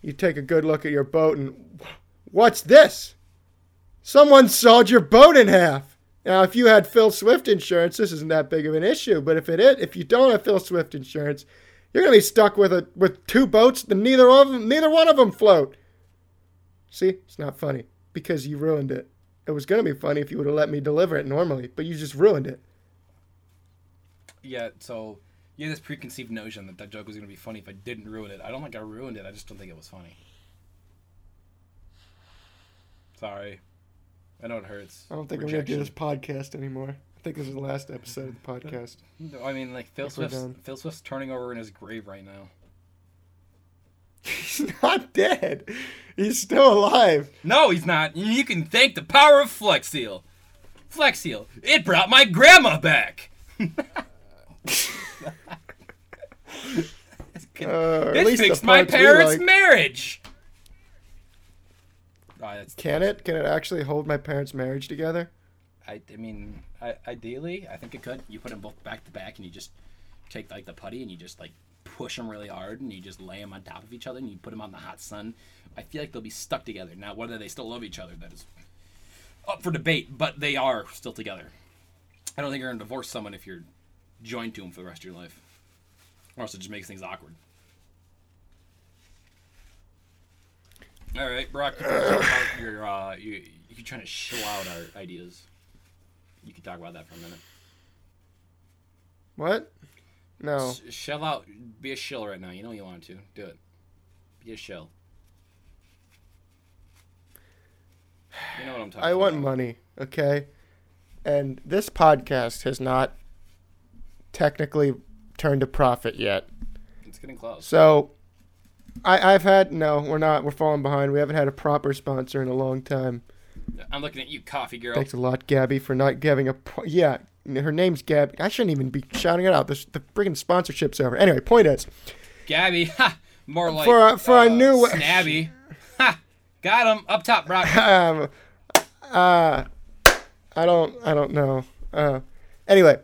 you take a good look at your boat and what's this? Someone sawed your boat in half. Now, if you had Phil Swift insurance, this isn't that big of an issue. But if it is, if you don't have Phil Swift insurance, you're gonna be stuck with a with two boats that neither of them, neither one of them float. See, it's not funny because you ruined it. It was gonna be funny if you would have let me deliver it normally, but you just ruined it.
Yeah, so you had this preconceived notion that that joke was going to be funny if I didn't ruin it. I don't think I ruined it. I just don't think it was funny. Sorry. I know it hurts.
I don't think I'm gonna do this podcast anymore. I think this is the last episode of the podcast.
Rejection. No, I mean, like Phil
If we're
Swift's
done.
Phil Swift's turning over in his grave right now.
He's not dead. He's still alive.
No, he's not. You can thank the power of Flex Seal. Flex Seal. It brought my grandma back.
Uh, or at
It
least the
fixed my
parts we
parents'
like.
marriage. Ah, that's,
Can it? Can it actually hold my parents' marriage together?
I, I mean, I, ideally, I think it could. You put them both back to back, and you just take like the putty, and you just like push them really hard, and you just lay them on top of each other, and you put them out in the hot sun. I feel like they'll be stuck together. Now, whether they still love each other, that is up for debate. But they are still together. I don't think you're gonna divorce someone if you're joined to them for the rest of your life. Or else it just makes things awkward. All right, Brock, you can talk about your uh, you you're trying to show out our ideas. You can talk about that for a minute.
What? No.
S- shell out. Be a shell right now. You know you want to. Do it. Be a shell. You know what I'm talking
I want
about.
money, okay? And this podcast has not technically turned a profit yet.
It's getting close.
So I, I've had no, we're not. We're falling behind. We haven't had a proper sponsor in a long time.
I'm looking at you, coffee girl.
Thanks a lot, Gabby, for not giving a. pro- Yeah, her name's Gabby. I shouldn't even be shouting it out. This, the friggin' sponsorship's over. Anyway, point is,
Gabby, ha! More like
For our- for our
uh,
new-
Snabby. ha! Got him up top, Brock.
um, uh, I don't, I don't know. Uh, anyway,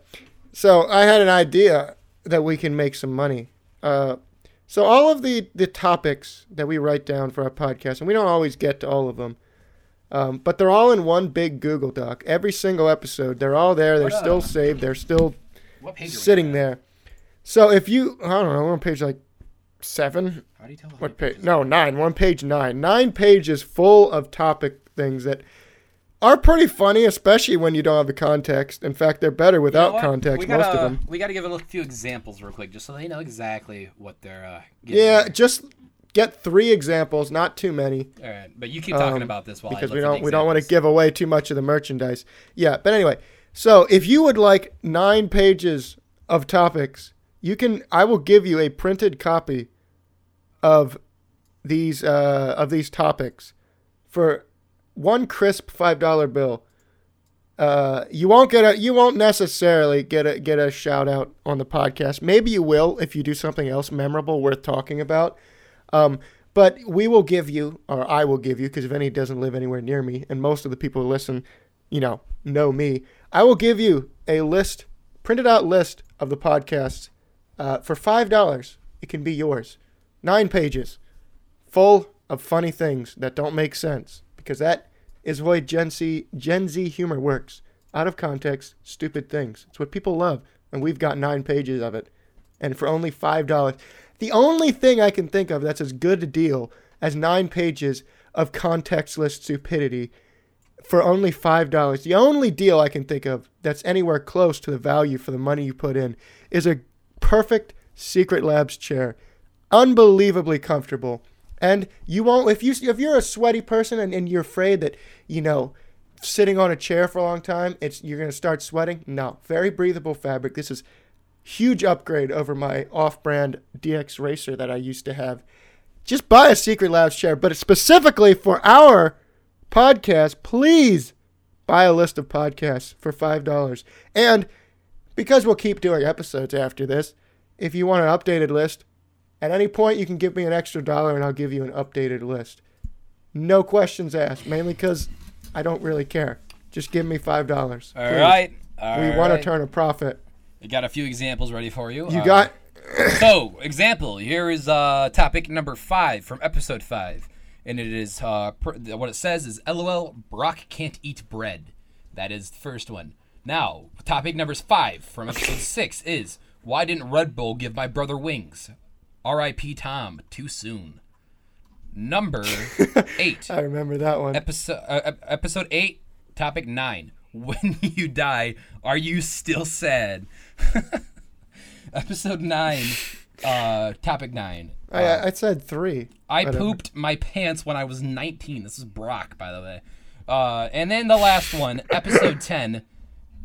so I had an idea that we can make some money. Uh, so all of the the topics that we write down for our podcast, and we don't always get to all of them, um, but they're all in one big Google Doc. Every single episode, they're all there. They're
What, uh,
still saved. They're still
What page are we
sitting
at?
there. So if you, I don't know, we're on page like seven,
How do you tell? how many
what page?
pages
No, nine. One page nine. Nine pages full of topic things that are pretty funny, especially when you don't have the context. In fact, they're better without
You know what?
context,
We
most
gotta,
of them.
We got to give a few examples real quick, just so they know exactly what they're. Uh, getting
Yeah, just get three examples, not too many,
All right, but you keep talking
um,
about this while
because
I
we don't we don't want to
get.
give away too much of the merchandise. Yeah, but anyway, so if you would like nine pages of topics, you can. I will give you a printed copy of these uh, of these topics for one crisp five dollar bill. Uh, you won't get a you won't necessarily get a get a shout out on the podcast. Maybe you will if you do something else memorable worth talking about. Um, but we will give you, or I will give you, because Vinny doesn't live anywhere near me, and most of the people who listen, you know, know me. I will give you a list, printed out list of the podcasts uh, for five dollars. It can be yours, nine pages, full of funny things that don't make sense, because that is why Gen Z Gen Z humor works. Out of context, stupid things. It's what people love, and we've got nine pages of it and for only five dollars. The only thing I can think of that's as good a deal as nine pages of contextless stupidity for only five dollars. The only deal I can think of that's anywhere close to the value for the money you put in is a perfect Secret Labs chair, unbelievably comfortable. And you won't if you if you're a sweaty person and, and you're afraid that you know sitting on a chair for a long time it's you're gonna start sweating. No, very breathable fabric. This is huge upgrade over my off-brand DX Racer that I used to have. Just buy a Secret Labs chair, but specifically for our podcast, please buy a list of podcasts for five dollars. And because we'll keep doing episodes after this, if you want an updated list, at any point you can give me an extra dollar and I'll give you an updated list. No questions asked, mainly because I don't really care. Just give me five dollars.
All right.
We want to turn a profit.
We got a few examples ready for you.
You
Uh,
got
so example here is uh, topic number five from episode five, and it is uh, pr- what it says is "LOL Brock can't eat bread." That is the first one. Now topic number five from episode six is "Why didn't Red Bull give my brother wings?" R.I.P. Tom. Too soon. Number eight.
I remember that one.
episode uh, ep- episode 8 topic 9 when you die are you still sad episode 9 uh topic 9
I, I- I said three.
i pooped my pants when i was 19 this is brock by the way uh and then the last one episode 10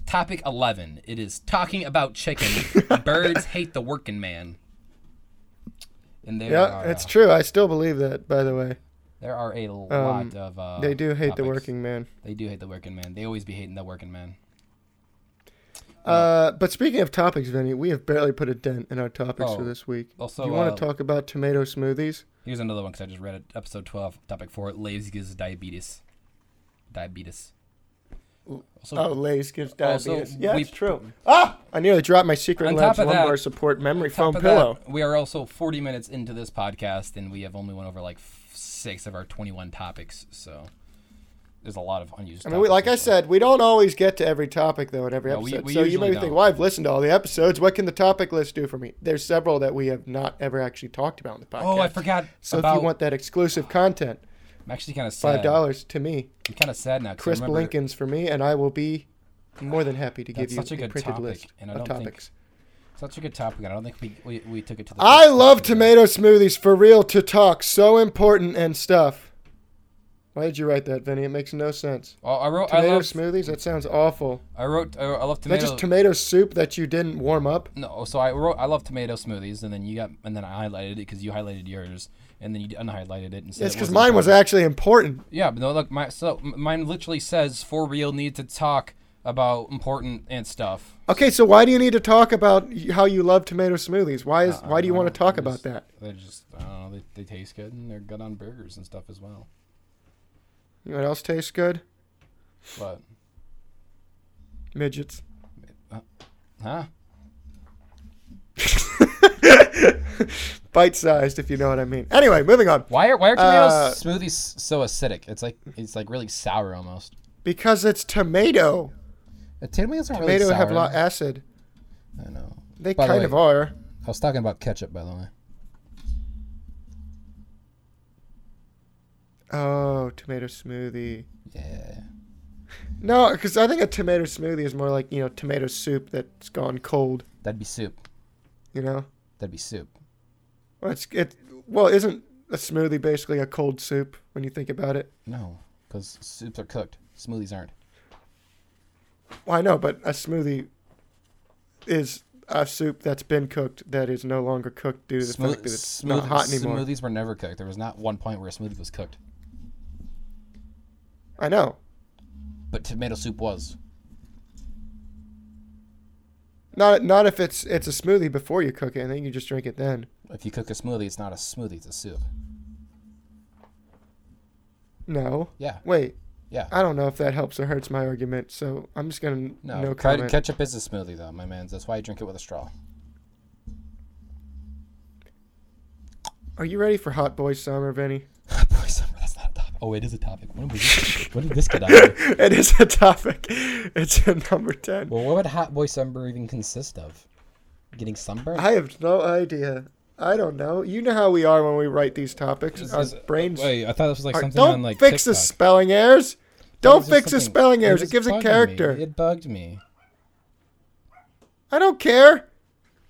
topic 11 it is talking about chicken birds hate the working man And there
Yeah,
are,
that's
uh,
true. I still believe that, by the way.
There are a lot of. Uh,
Um, They do hate the
topics.
working man.
They do hate the working man. They always be hating the working man.
Uh, but speaking of topics, Vinny, we have barely put a dent in our topics for
Oh,
this week.
Also,
Do you want
uh,
to talk about tomato smoothies?
Here's another one because I just read it. Episode 12, topic 4, Laves gives diabetes. Diabetes. Also,
Oh, Lay's gives
also,
diabetes. yeah,
we-
it's true. Ah, I nearly dropped my Secret
On
Labs
top of
Lumbar
that-
Support Memory
on
Foam
top of
Pillow.
that, we are also 40 minutes into this podcast and we have only went over like f- six of our 21 topics. So there's a lot of unused
I mean, we, like I
topics.
said, we don't always get to every topic though in every
No,
episode.
we- we
so you
usually
may
don't.
think, well, I've listened to all the episodes. What can the topic list do for me? There's several that we have not ever actually talked about in the podcast.
Oh, I forgot.
So
about,
if you want that exclusive content,
I'm actually kind of sad.
five dollars to me,
I'm kind of sad now. 'cause I
crisp
remember
Lincolns for me, and I will be more than happy to give
That's
you
such a good
printed
topic,
list
and I
of
don't think-
topics.
Such a good topic. and I don't think we, we, we took it to the.
I
first
love
episode.
tomato smoothies for real to talk. So important and stuff. Why did you write that, Vinny? It makes no sense.
Well, Oh, I wrote. I
Tomato
love.
smoothies? That sounds awful.
I wrote. uh, I, I love tomato.
Is that just tomato soup that you didn't warm up?
No, so I wrote I love tomato smoothies, and then you got and then I highlighted it because you highlighted yours, and then you unhighlighted it and said
It's
it
because
wasn't
mine was
important.
actually important.
yeah, but no, look, my so m- mine literally says for real need to talk about important and stuff.
Okay, so why do you need to talk about y- how you love tomato smoothies? Why
Uh,
is why do you want to talk about that?
They just I don't know they, they taste good and they're good on burgers and stuff as well.
You know what else tastes good?
But
Midgets.
huh?
Bite sized, if you know what I mean. Anyway, moving on.
Why are why are tomato
Uh,
smoothies so acidic? It's like it's like really sour almost.
Because it's tomato.
Uh, Tomatoes are really
Tomato
sour.
have a lot of acid.
I know.
They
By the
kind
way-
of are.
I was talking about ketchup by the way.
Oh, tomato smoothie.
Yeah.
No, because I think a tomato smoothie is more like, you know, tomato soup that's gone cold,
That'd be soup.
you know?
That'd be soup.
Well, it's, it, well isn't a smoothie basically a cold soup when you think about it?
No, because soups are cooked. Smoothies aren't.
Well, I know, but a smoothie is a soup that's been cooked that is no longer cooked due to the fact that it's not hot anymore.
Smoothies were never cooked. There was not one point where a smoothie was cooked.
I know.
But tomato soup was.
Not not if it's it's a smoothie before you cook it, and then you just drink it then.
If you cook a smoothie, it's not a smoothie, it's a soup.
No.
Yeah.
Wait.
Yeah.
I don't know if that helps or hurts my argument, so I'm just gonna n-
No,
no,
no
comment.
ketchup is a smoothie, though, my man. That's why you drink it with a straw.
Are you ready for Hot Boy Summer, Vinny?
Boy, summer, that's not a topic. Oh, it is a topic. When, was when did this get on?
it is a topic. It's a number ten.
Well, what would hot boy summer even consist of? Getting sunburned?
I have no idea. I don't know. You know how we are when we write these topics.
This
Our
is-
brains
uh, Wait, I thought this was like
Or
something
don't
on like
fix the
TikTok.
spelling errors. Don't
This is
fix the
something-
spelling errors. It
was
gives
bugging
it
me.
character.
It bugged me.
I don't care.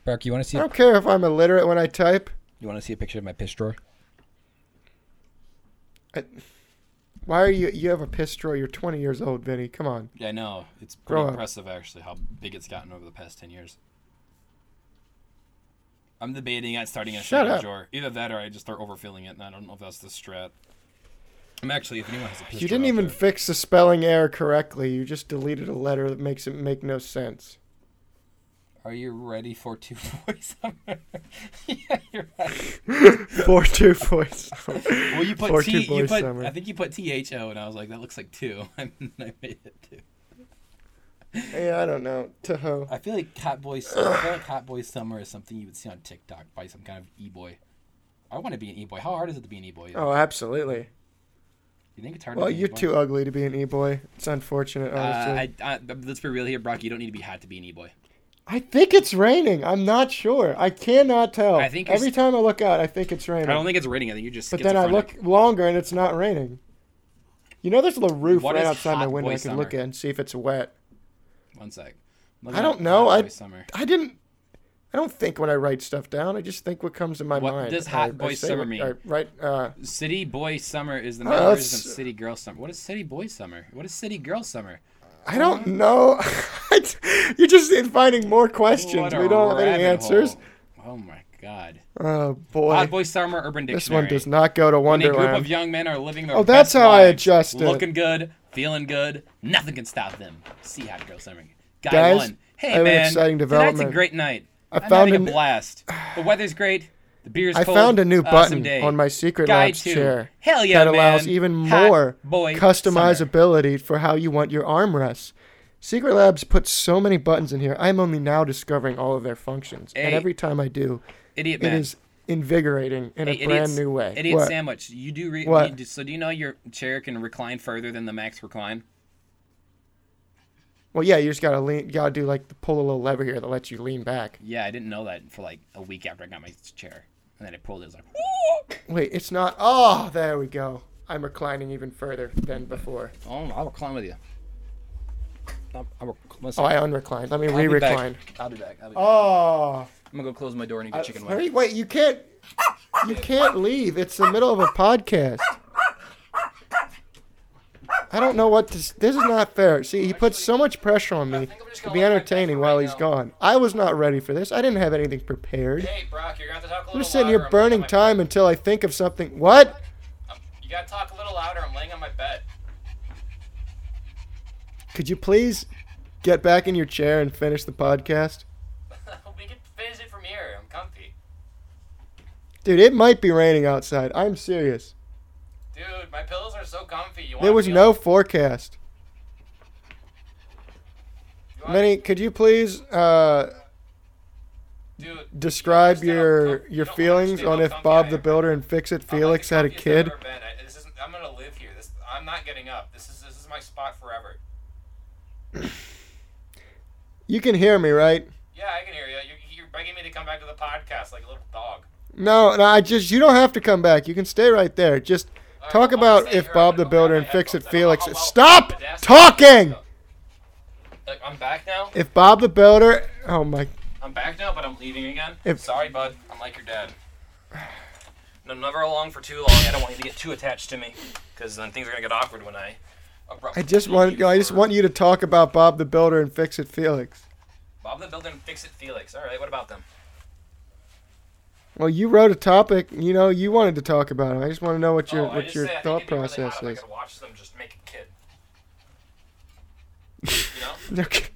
Bark, you want to see?
I
A,
don't care if I'm illiterate when I type.
you want to see a picture of my piss drawer?
Why are you? You have a piss drawer. You're 20 years old, Vinny. Come on.
Yeah, I know. It's pretty
Grow up.
impressive, actually, how big it's gotten over the past 10 years. I'm debating on starting a
Shut
second
up.
drawer. Either that or I just start overfilling it, and I don't know if that's the strat. I'm actually, if anyone has a
You didn't even fix the spelling error correctly. You just deleted a letter that makes it make no sense.
Are you ready for two voice? yeah, you're right.
Four two voice.
Well, you put
Four
T.
two
You
boys
put,
summer.
I think you put T H O, and I was like, that looks like two, and then I made it two.
Yeah, I don't know. Toho.
I feel like hot boy. Summer, I feel like hot boy summer is something you would see on TikTok by some kind of e boy. I want to be an e boy. How hard is it to be an e boy?
Oh, absolutely.
You think it's hard?
Well,
to be
you're
an
too ugly to be an e-boy. It's unfortunate,
Uh,
honestly.
I, I, let's be real here, Brock. You don't need to be hot to be an e boy.
I think it's raining. I'm not sure. I cannot tell.
I think you're
every
s-
time I look out, I think it's raining.
I don't think it's raining. I think you're just.
but then I look
schizophrenic.
longer and it's not raining. You know, there's a little roof
What
right
is
outside my
hot
window
boy
I can look
summer?
at and see if it's wet.
One sec.
I don't know. I-
Hot boy summer.
I didn't. I don't think when I write stuff down. I just think what comes to my
What
mind.
does
I-
hot
I
boy
say
summer
what-
mean?
I write, uh,
City boy summer is the
Oh,
male version
that's-
of city girl summer. What is city boy summer? What is city girl summer?
I don't know. You're just finding more questions.
What a
We don't have any
rabbit
answers.
hole. Oh my
God.
Oh boy.
Odd Boy Summer Urban Dictionary.
this one does not go to
When a group
Wonderland.
of young men are living their
Oh, that's
best
how I
lives,
adjust it.
Looking good, feeling good, nothing can stop them. See how it goes, Summer. Guy
Guys,
one.
I have
Hey
an
man,
exciting
tonight's
development.
a great night.
I
am
found
having
a
a
n-
blast. The weather's great. The beer's
I
cold.
found a new
Awesome
button
day.
on my Secret
Guy
Labs
two.
chair
Hell yeah,
that allows
man.
even
Hot
more
boy Summer.
customizability for how you want your armrests. Secret Labs puts so many buttons in here. I'm only now discovering all of their functions, and
Hey.
every time I do,
Idiot
it
man.
is invigorating in
Hey,
a
idiot
brand
s-
new way.
Idiot
What?
sandwich. You do, re-
What?
you do- so. Do you know your chair can recline further than the max recline?
Well, yeah, you just gotta lean, gotta do like the pull a little lever here that lets you lean back.
Yeah, I didn't know that for like a week after I got my chair, and then I pulled it. I was like,
Wait, it's not. Oh, there we go. I'm reclining even further than before.
"Oh, I'll recline with you." I'll, I'll,
Oh, I unreclined. Let me re-recline.
I'll be back. I'll be back.
Oh,
I'm gonna go close my door and eat a chicken
hurry! Wait, you can't. You can't leave. It's the middle of a podcast. I don't know what to. s- This is not fair. See, he puts so much pressure on me to be entertaining while he's gone. I was not ready for this. I didn't have anything prepared.
Hey, Brock, you're gonna have to talk a little
I'm just sitting here burning time until I think of something. What?
You gotta talk a little louder. I'm laying on my bed.
Could you please get back in your chair and finish the podcast?
we can finish it from here. I'm comfy.
Dude, it might be raining outside. I'm serious.
Dude, my pillows are so comfy. You
There was no forecast. Lenny, could you please uh,
Dude,
describe
understand how
your
com-
your
you don't
feelings
understand
on
how
if
comfy I
Bob
am
the
right
Builder and Fix It Felix had a kid?
I'm gonna live here. This, I'm not getting up. This is this is my spot forever.
You can hear me, right?
Yeah, I can hear you. You're, you're begging me to come back to the podcast like a little dog.
No, no, I just you don't have to come back. You can stay right there. Just talk
well, I'll
about
stay
if
here.
Bob
I'm
the
gonna go grab
Builder
my
and Fix It
headphones. I don't know
Felix.
how well
Stop
the desk-
talking.
Look, I'm back now.
If Bob the Builder, oh my
I'm back now, but I'm leaving again.
If-
Sorry, bud. I'm like your dad. No, never along for too long. I don't want you to get too attached to me, because then things are gonna get awkward when I. abrupt-
I just want I just want you to talk about Bob the Builder and Fix It Felix.
Bob the Builder and Fix It Felix. All right, what about them?
Well, you wrote a topic, you know, you wanted to talk about him. I just want to know what your
oh, I
what
just
your
say I think
thought
it'd be really
process
hot if
is.
I could watch them just make a kid. You know,
Okay.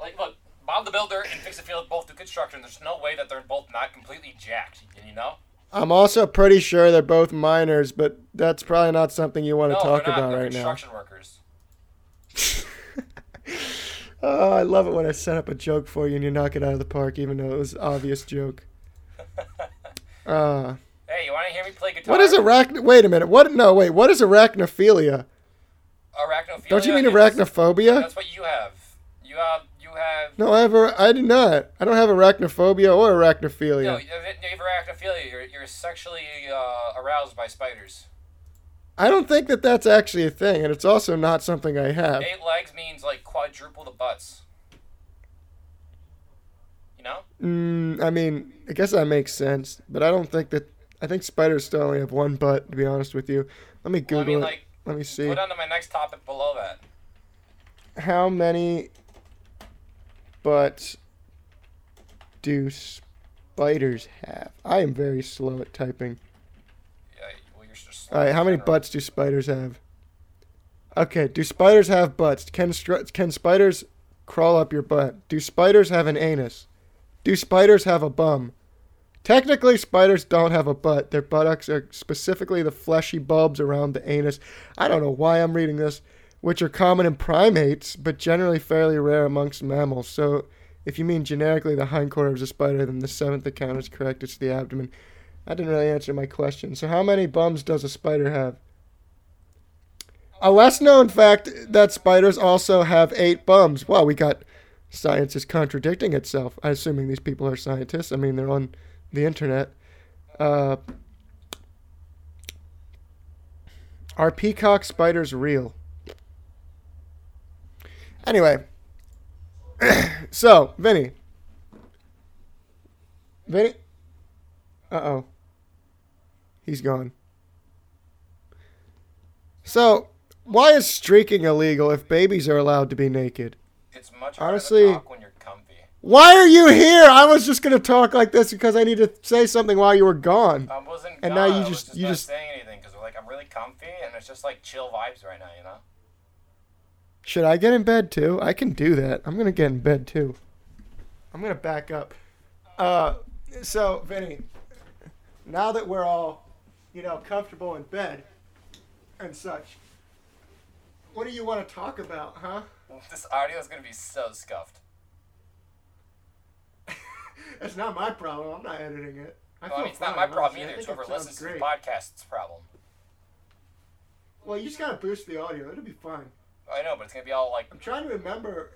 like look, Bob the Builder and Fix It Felix both do construction. There's no way that they're both not completely jacked. You know.
I'm also pretty sure they're both minors, but that's probably not something you want to
No,
talk
they're not.
about
they're
right now.
construction workers.
Oh, I love it when I set up a joke for you and you knock it out of the park, even though it was an obvious joke. Uh,
Hey, you want to hear me play guitar?
what is arachn? Wait a minute. What? No, wait. What is arachnophilia?
arachnophilia?
Don't you mean
is-
arachnophobia?
That's what you have. You have. You have.
No, I have. A, I do not. I don't have arachnophobia or arachnophilia.
No, you have you have arachnophilia. You're, you're sexually uh, aroused by spiders.
I don't think that that's actually a thing, and it's also not something I have.
Eight legs means like quadruple the butts. You know?
Mm, I mean, I guess that makes sense, but I don't think that. I think spiders still only have one butt, to be honest with you. Let me Google
Well, I mean,
it.
like,
Let me see.
go down to my next topic below that.
How many butts do spiders have? I am very slow at typing.
Yeah, well, you're just
All right, how many butts do spiders have? Okay, do spiders have butts? Can str- can spiders crawl up your butt? Do spiders have an anus? Do spiders have a bum? Technically, spiders don't have a butt. Their buttocks are specifically the fleshy bulbs around the anus. I don't know why I'm reading this, which are common in primates, but generally fairly rare amongst mammals. So, if you mean generically the hindquarter of a spider, then the seventh account is correct. It's the abdomen. I didn't really answer my question. So, how many bums does a spider have? A less known fact that spiders also have eight bums. Wow, we got science is contradicting itself. I'm assuming these people are scientists. I mean, they're on the internet. Uh, are peacock spiders real? Anyway, so, Vinny. Vinny? Uh oh. He's gone. So, why is streaking illegal if babies are allowed to be naked?
It's much
Honestly-
harder to talk when you're comfy.
Why are you here? I was just gonna talk like this because I need to say something while you were gone.
I wasn't.
And
gone,
now you
I was
just-
just
you
not
just-
saying anything because like I'm really comfy and it's just like chill vibes right now, you know.
Should I get in bed too? I can do that. I'm gonna get in bed too. I'm gonna back up. Uh, so Vinny, now that we're all, you know, comfortable in bed and such, what do you want to talk about, huh?
This audio is gonna be so scuffed.
That's not my problem. I'm not editing it. I
Well, I
feel
mean, it's not
fine,
my problem
honestly. I
either.
think
It's whoever
it sounds
listens to the
great.
podcast's problem.
Well, you just gotta boost the audio. It'll be fine.
I know, but it's gonna be all like
I'm trying to remember.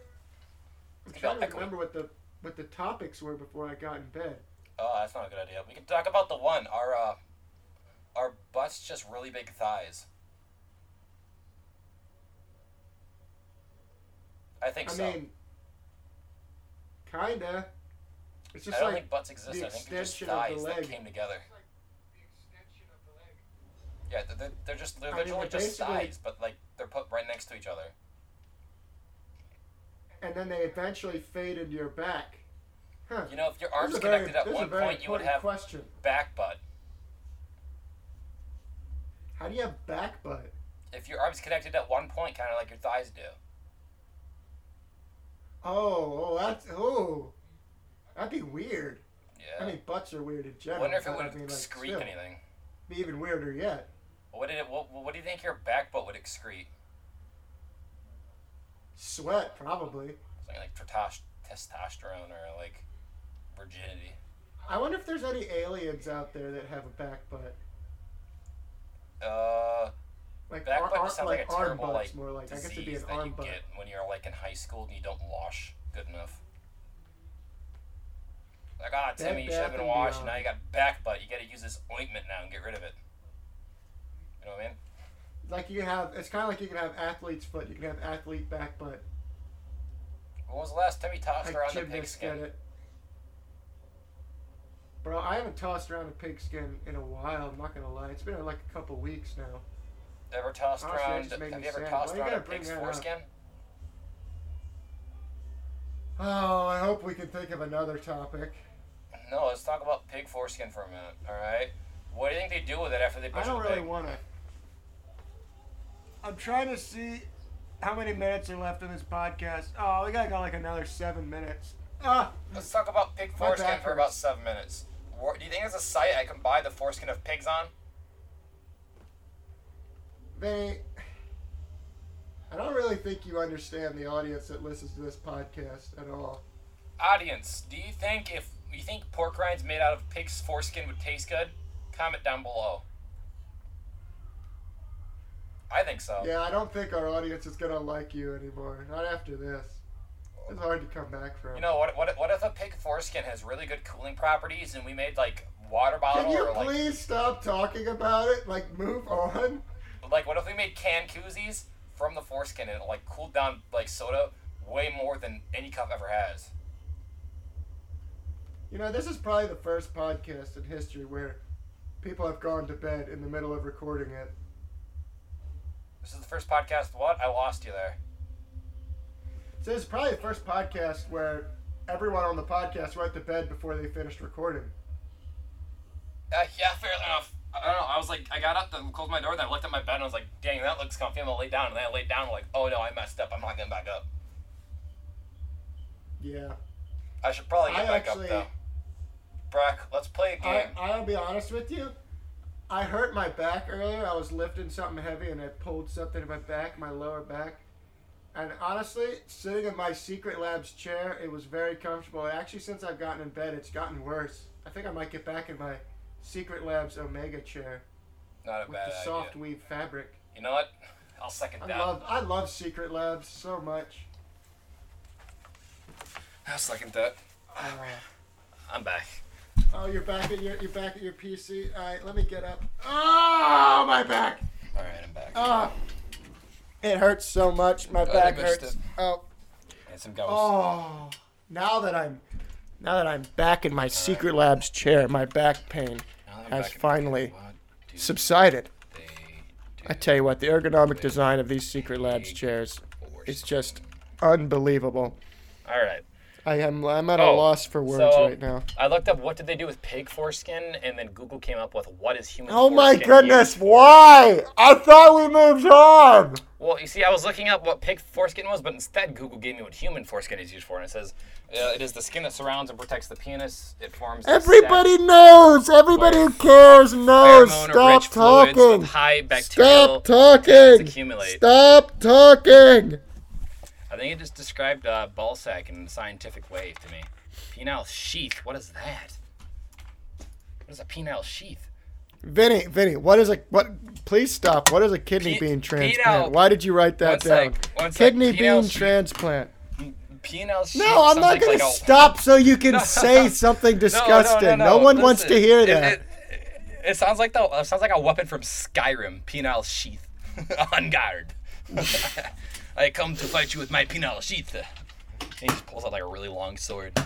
I'm
It's
trying
about
to
echoing.
remember what the what the topics were before I got in bed.
Oh, that's not a good idea. We can talk about the one. Our uh, our butts just really big thighs. I think
I
so.
mean, kinda. It's
I
just
don't
like
think butts exist.
the
I think they're just
extension of the
thighs that
leg.
came together. Yeah, they're- they're, they're just they're
I mean,
literally
they're
just
basically-
thighs, but like they're put right next to each other.
and then they eventually fade into your back. Huh.
You know, if
This
your
is
arms
a very-
connected at
this is a
one
very
point, you would
important
have
question.
back butt.
How do you have back butt?
If your arms connected at one point, kind of like your thighs do.
Oh, oh, that's oh, that'd be weird.
Yeah.
I mean, butts are weird in
I
general.
wonder if
but
it
I
would
mean, like,
excrete
still,
anything.
Be even weirder yet.
What did it? What, what do you think your back butt would excrete?
Sweat probably.
Something like testosh- testosterone or like virginity.
I wonder if there's any aliens out there that have a back butt.
Uh,
Like
back
ar-
butt
ar-
just sounds like,
like,
a
arm
terrible
butts
like
more like. I guess
disease
it'd be an
that
arm
you
butt.
get when you're like in high school and you don't wash good enough. Like ah, Timmy, you should have
Bath
been
and
washed. and Now
Beyond.
you got back butt. You got to use this ointment now and get rid of it. You know what I mean?
Like you have, it's kind of like you can have athlete's foot. You can have athlete back butt.
When was the last time you tossed
Like
around the
gymnasts get
pigskin?
it. Bro, I haven't tossed around a pigskin in a while. I'm not gonna lie. It's been like a couple weeks now.
Ever tossed
Honestly, that
around?
just made
Have
me
you ever
sad.
tossed
Why you
around a
gotta bring
pig's
that up?
foreskin?
Oh, I hope we can think of another topic.
No, let's talk about pig foreskin for a minute. All right. What do you think they do with it after they
I
butcher
don't
the
really
pig?
want to. I'm trying to see how many minutes are left on this podcast. Oh, we gotta go like another seven minutes. Ah,
Let's talk about pig
My
foreskin
back
for about
hurts.
seven minutes. Wha- Do you think there's a site I can buy the foreskin of pigs on?
Vinny, I don't really think you understand the audience that listens to this podcast at all.
Audience, do you think if you think pork rinds made out of pig's foreskin would taste good? Comment down below. I think so.
Yeah, I don't think our audience is gonna like you anymore. Not after this. It's hard to come back from.
You know what? What? What if a pig foreskin has really good cooling properties, and we made like water
Can
bottle
you
or like
please stop talking about it? Like, move on.
Like, what if we made canned koozies from the foreskin and it, like cooled down like soda way more than any cup ever has?
You know, this is probably the first podcast in history where people have gone to bed in the middle of recording it.
This is the first podcast. What? I lost you there.
So this is probably the first podcast where everyone on the podcast went to bed before they finished recording.
Uh, yeah, fair enough. I don't know. I was like, I got up and closed my door, then I looked at my bed and I was like, dang, that looks comfy. I'm gonna lay down. And then I laid down, like, oh no, I messed up. I'm not getting back up.
Yeah.
I should probably get
I
back
actually-
up though. Brock, let's play a
I,
game.
I'll be honest with you. I hurt my back earlier. I was lifting something heavy and I pulled something in my back, my lower back. And honestly, sitting in my Secret Labs chair, it was very comfortable. And actually, since I've gotten in bed, it's gotten worse. I think I might get back in my Secret Labs Omega chair
not a
with
bad
the
idea.
soft weave fabric.
You know what? I'll second
I
that.
love I love Secret Labs so much.
I'll second that.
Uh,
I'm back.
oh, you're back at your you're back at your PC. All right, let me get up. Oh, my back.
All right, I'm back.
Ah, it hurts so much. My
they
back
missed
hurts.
it.
Oh,
and some ghosts.
oh. Now that I'm, now that I'm back in my secret labs chair, my back pain
Now that I'm
has
back in-
finally
What do
subsided.
they do?
I tell you what, the ergonomic design of these secret labs chairs is just unbelievable.
All right.
I am I'm at a
Oh,
loss for words
so-
right now.
I looked up what did they do with pig foreskin, and then Google came up with what is human.
Oh my
foreskin
goodness,
used for?
why? I thought we moved on.
Well, you see, I was looking up what pig foreskin was, but instead Google gave me what human foreskin is used for, and it says uh, it is the skin that surrounds and protects the penis. It forms. the
Everybody knows. Everybody who cares knows. Stop
pheromone-rich fluids with
talking.
High bacterial.
Stop talking.
accumulate.
Stop talking.
I think it just described uh, ball sack in a scientific way to me. Penile sheath. What is that? What is a penile sheath?
Vinny, Vinny, what is a what? Please stop. What is a kidney
Pe-
bean transplant?
penile-
Why did you write that
One
down?
sec, one sec,
kidney
penile
bean
sheath.
transplant.
Penile sheath.
No, I'm
sounds
not
like-
going
like
to
a-
stop so you can say something
No, no, no,
disgusting. No,
no,
one wants to
listen.
hear
It-
that.
It, it sounds like the it sounds like a weapon from Skyrim. Penile sheath. On guard. I come to fight you with my penile sheath. And he just pulls out like a really long sword.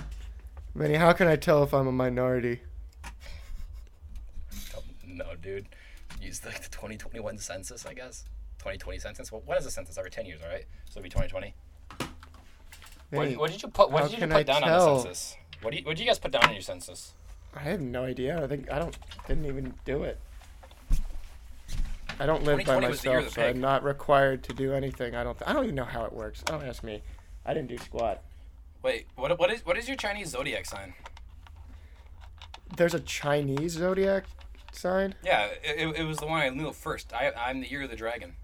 Vinny, how can I tell if I'm a minority?
No, dude. Use like the 2021 census, I guess. 2020 census. Well, what is a census? Every 10 years, all right? So it'd be 2020.
Vinny,
What, what did you put? What
how
did you
can
put
I
down on
tell?
the census? What do you, What did you guys put down on your census?
I have no idea. I think I don't didn't even do it. I don't live by
2020 was the year of
myself,
the
so I'm
pig.
not required to do anything. I don't. Th- I don't even know how it works. Don't ask me. I didn't do squat.
Wait, what? What is? What is your Chinese zodiac sign?
There's a Chinese zodiac sign.
Yeah, it, it- it was the one I knew at first. I, I'm the year of the dragon.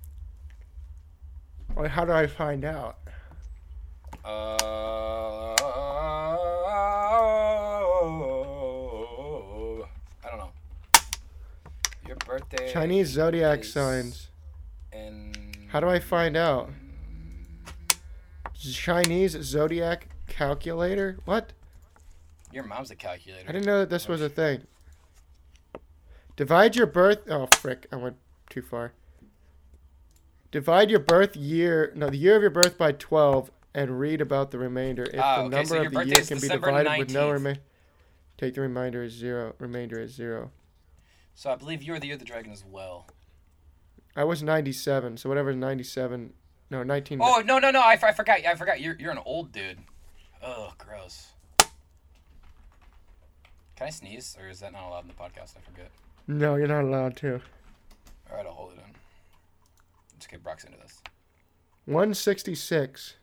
Well, how do I find out?
Uh, I don't know. Your birthday.
Chinese zodiac
is-
signs.
In
How do I find out? Chinese zodiac calculator? What?
your mom's a
I
calculator.
didn't know that this was a thing. Divide your birth. Oh, frick. I went too far. Divide your birth year. No, the year of your birth by 12 and read about the remainder. If
Ah,
the
okay,
number
so your
of the
birthday
year
is
can be
December
divided with no
19th.
remainder. Take the remainder as zero. Remainder as zero.
So I believe you're the year of the dragon as well.
I was 97, so whatever 97. No, 19.
Oh no no no! I, f- I forgot. I forgot. You're you're an old dude. Oh, gross. Can I sneeze, or is that not allowed in the podcast? I forget.
No, you're not allowed to.
All right, I'll hold it in. Let's get Brock's into this.
166.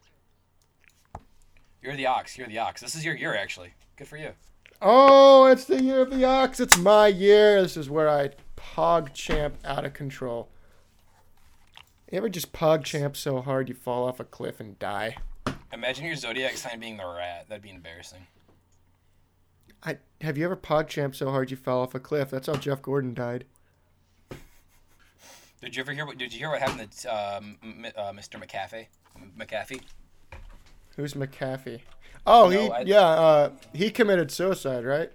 You're the ox. You're the ox. This is your year, actually. Good for you.
Oh, it's the year of the ox. It's my year. This is where I pog champ out of control. You ever just pog champ so hard you fall off a cliff and die?
Imagine your zodiac sign being the rat. That'd be embarrassing.
I have you ever pog champ so hard you fell off a cliff? That's how Jeff Gordon died.
Did you ever hear what? Did you hear what happened to um, m- uh, Mr. McAfee? M- McAfee.
Who's McAfee? Oh, he
No, I-
yeah, uh, he committed suicide, right?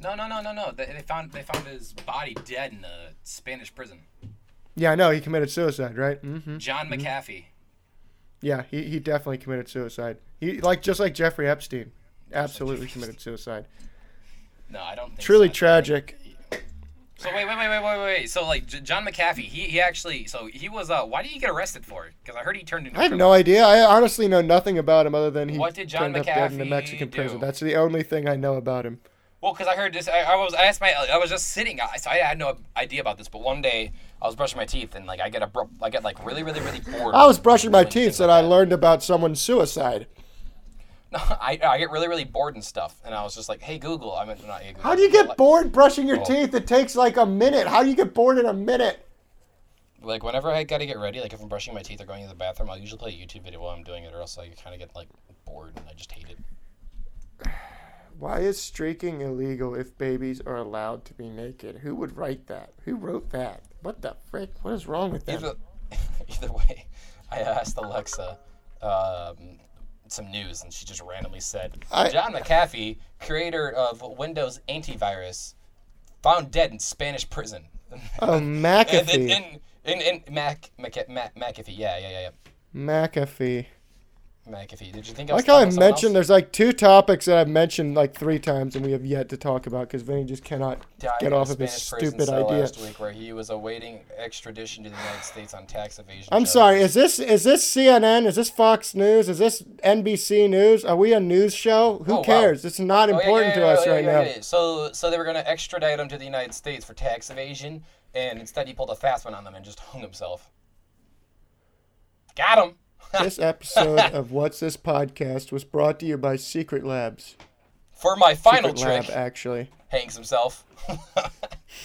No, no, no, no, no. They, they found they found his body dead in a Spanish prison.
Yeah, I know he committed suicide, right? Mm-hmm.
John McAfee.
Yeah, he, he definitely committed suicide. He like just like Jeffrey Epstein, absolutely committed suicide.
No, I don't think.
Truly
so.
tragic.
So wait, wait, wait, wait, wait, wait. So like J- John McAfee, he, he actually, so he was. Uh, why did he get arrested for? Because I heard he turned into.
I have no idea. I honestly know nothing about him other than he
What did John
turned up dead in a
McAfee
Mexican prison.
do?
That's the only thing I know about him.
Well, because I heard this, I, I was I asked my I was just sitting, I, so I had no idea about this. But one day I was brushing my teeth and like I get a bro- I get like really really really bored.
I was brushing my
Like, things
teeth and I
like
learned about someone's suicide.
that. No, I, I get really really bored and stuff, and I was just like, hey Google, I mean not hey, Google.
How do you get
Like-
bored brushing your
Oh.
teeth? It takes like a minute. How do you get bored in a minute?
Like whenever I gotta get ready, like if I'm brushing my teeth or going to the bathroom, I'll usually play a YouTube video while I'm doing it, or else I kind of get like bored and I just hate it.
Why is streaking illegal if babies are allowed to be naked? Who would write that? Who wrote that? What the frick? What is wrong with them?
Either, either way, I asked Alexa um, some news, and she just randomly said,
I-
"John McAfee, creator of Windows antivirus, found dead in Spanish prison."
Oh,
and,
McAfee.
and, and, and, and Mac, Mac, Mac, McAfee, yeah, yeah, yeah, yeah.
McAfee.
McAfee. Did you think I
I
was
like how I
talking to someone
mentioned
else?
there's like two topics that I've mentioned like three times and we have yet to talk about because Vinny just cannot
Yeah, I
get
knew a
off of his
Spanish prison
stupid
cell
idea.
Last week where he was awaiting extradition to the United States on tax evasion.
I'm
charges.
sorry. Is this is this CNN? Is this Fox News? Is this NBC News? Are we a news show? Who
Oh, wow.
cares? It's not
Oh, yeah,
important to
yeah, yeah,
us
yeah,
right
yeah,
now.
yeah, yeah. So, so they were gonna extradite him to the United States for tax evasion, and instead he pulled a fast one on them and just hung himself. Got him.
this episode of What's This Podcast was brought to you by Secret Labs.
For my final
Secret Lab,
trick,
actually.
hangs himself.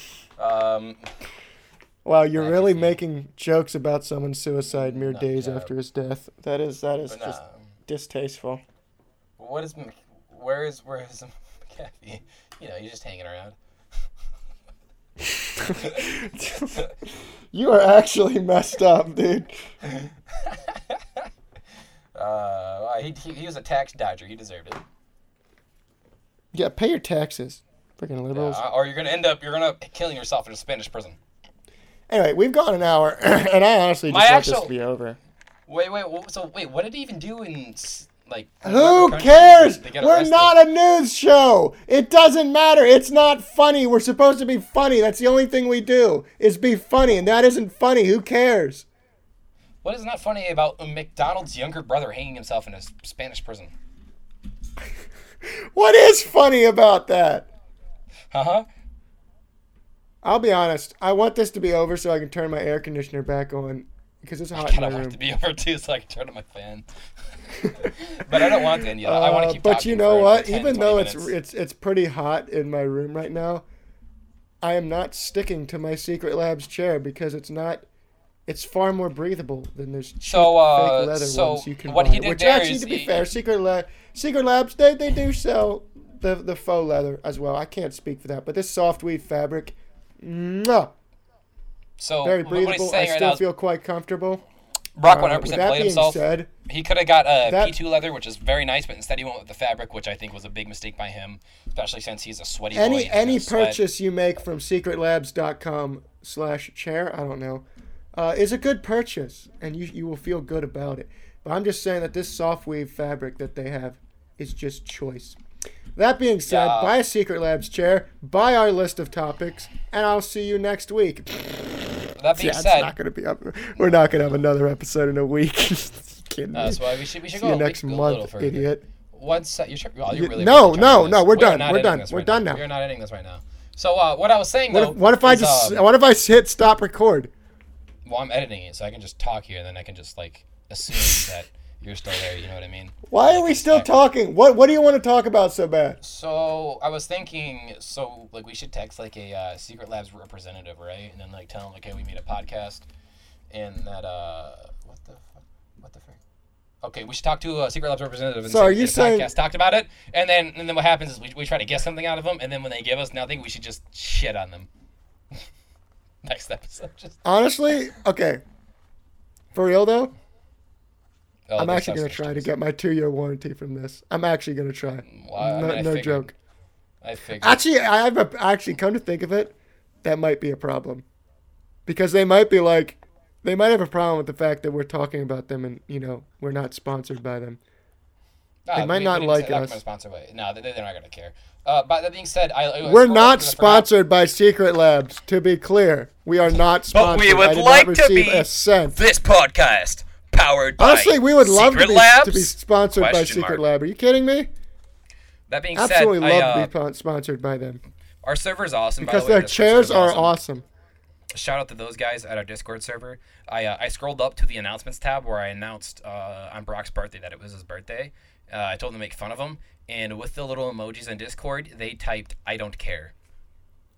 um,
Wow, you're really making jokes about someone's suicide mere days
job.
after his death. That is that is
nah.
just distasteful.
um, What is? Mc- Where is? Where is McAfee? You know, he's just hanging around.
You are actually messed up, dude.
Uh, he, he, he was a tax dodger. He deserved it.
Yeah, pay your taxes, freaking liberals.
Uh, or you're gonna end up you're gonna killing yourself in a Spanish prison.
Anyway, we've gone an hour, and I honestly just
My
want this
actual-
to be over.
Wait, wait. wh- So wait, what did he even do in s- like?
Who
whatever country
cares?
they got
We're
arrested?
not a news show. It doesn't matter. It's not funny. We're supposed to be funny. That's the only thing we do is be funny, and that isn't funny. Who cares?
What is not funny about McDonald's younger brother hanging himself in a s- Spanish prison?
What is funny about that?
Uh huh.
I'll be honest. I want this to be over so I can turn my air conditioner back on because it's hot in
God, I
my
want it
room.
to be over too, so I can turn on my fan. but I don't want to end yet. I want
Uh,
to keep.
but
talking
you know
for
what?
10,
Even
20
though it's
minutes.
it's it's pretty hot in my room right now, I am not sticking to my Secret Labs chair because it's not. It's far more breathable than those cheap
So, uh,
fake leather
so
ones you can
what
buy.
he did
Which
there
actually,
is
to be
he-
fair, Secret Lab, Secret Labs, they they do sell the the faux leather as well. I can't speak for that, but this soft weave fabric, mwah,
so
very
what- what
breathable. I
he's saying right
still
now, is
feel quite comfortable.
Brock
Uh,
100
with
percent
that
played
being
himself.
said,
He could have got a
That-
P2 leather, which is very nice, but instead he went with the fabric, which I think was a big mistake by him, especially since he's a sweaty boy.
any
and he's
any
gonna sweat.
purchase you make from secretlabs.com slash chair i don't know uh, is a good purchase and you, you will feel good about it but i'm just saying that this soft weave fabric that they have is just choice that being said
Yeah.
buy a secret labs chair buy our list of topics and i'll see you next week
That being
yeah it's
said,
not gonna be up we're not gonna have another episode in a week kidding
uh,
me.
so we should we should
see
go
you
a
next
week- a little
month
further.
idiot
One sec. You're, sure- oh,
You-
you're really
no,
really
no,
trying to
no,
this.
we're
We are
done.
not
We're
ending
done.
this
We're
right
done now.
We are not ending this right now. So uh, what I was saying
what
though,
if, what if i
is,
just
um,
what if i hit stop record
well, I'm editing it, so I can just talk here, and then I can just like assume that you're still there. You know what I mean?
Why are we still talking? What What do you want to talk about so bad?
So I was thinking, so like we should text like a uh, Secret Labs representative, right? And then like tell them, like, hey, we made a podcast, and that uh, what the fuck, what the frick? Okay, we should talk to a Secret Labs representative. And
So
say
are
we
you
did a
saying-
podcast talked about it, and then and then what happens is we, we try to get something out of them, and then when they give us nothing, we should just shit on them. Next episode, just
Honestly, okay. For real though,
oh,
I'm
they're
actually gonna
so
try to
snitches.
get my two year warranty from this. I'm actually gonna try.
Well, I- I
no
mean, I
no
figured.
joke.
I figured.
Actually, I have a, actually come to think of it, that might be a problem, because they might be like, they might have a problem with the fact that we're talking about them and you know we're not sponsored by them.
Nah,
They
we-
might
Ah, we
not
didn't
like
say- not
us.
from a Sponsor way. No, they, they're not gonna care. Uh, but that being said, I, I
We're
scrolled
not
because I forgot-
sponsored by Secret Labs. To be clear, we are not sponsored.
But we would
I did
like
not
to
receive
be-
a cent.
This podcast powered by
Honestly, we would love to
Secret
be,
Labs?
to be sponsored by
Question
Secret
mark.
Lab. Are you kidding me?
That being
Absolutely
said, I,
love
uh,
to be pon- sponsored by them
our server is awesome. by
because
the way,
their
this
chairs
server
are
is
awesome.
Shout out to those guys at our Discord server. I uh, I scrolled up to the announcements tab where I announced uh, on Brock's birthday that it was his birthday. Uh, I told them to make fun of him, and with the little emojis on Discord, they typed "I don't care."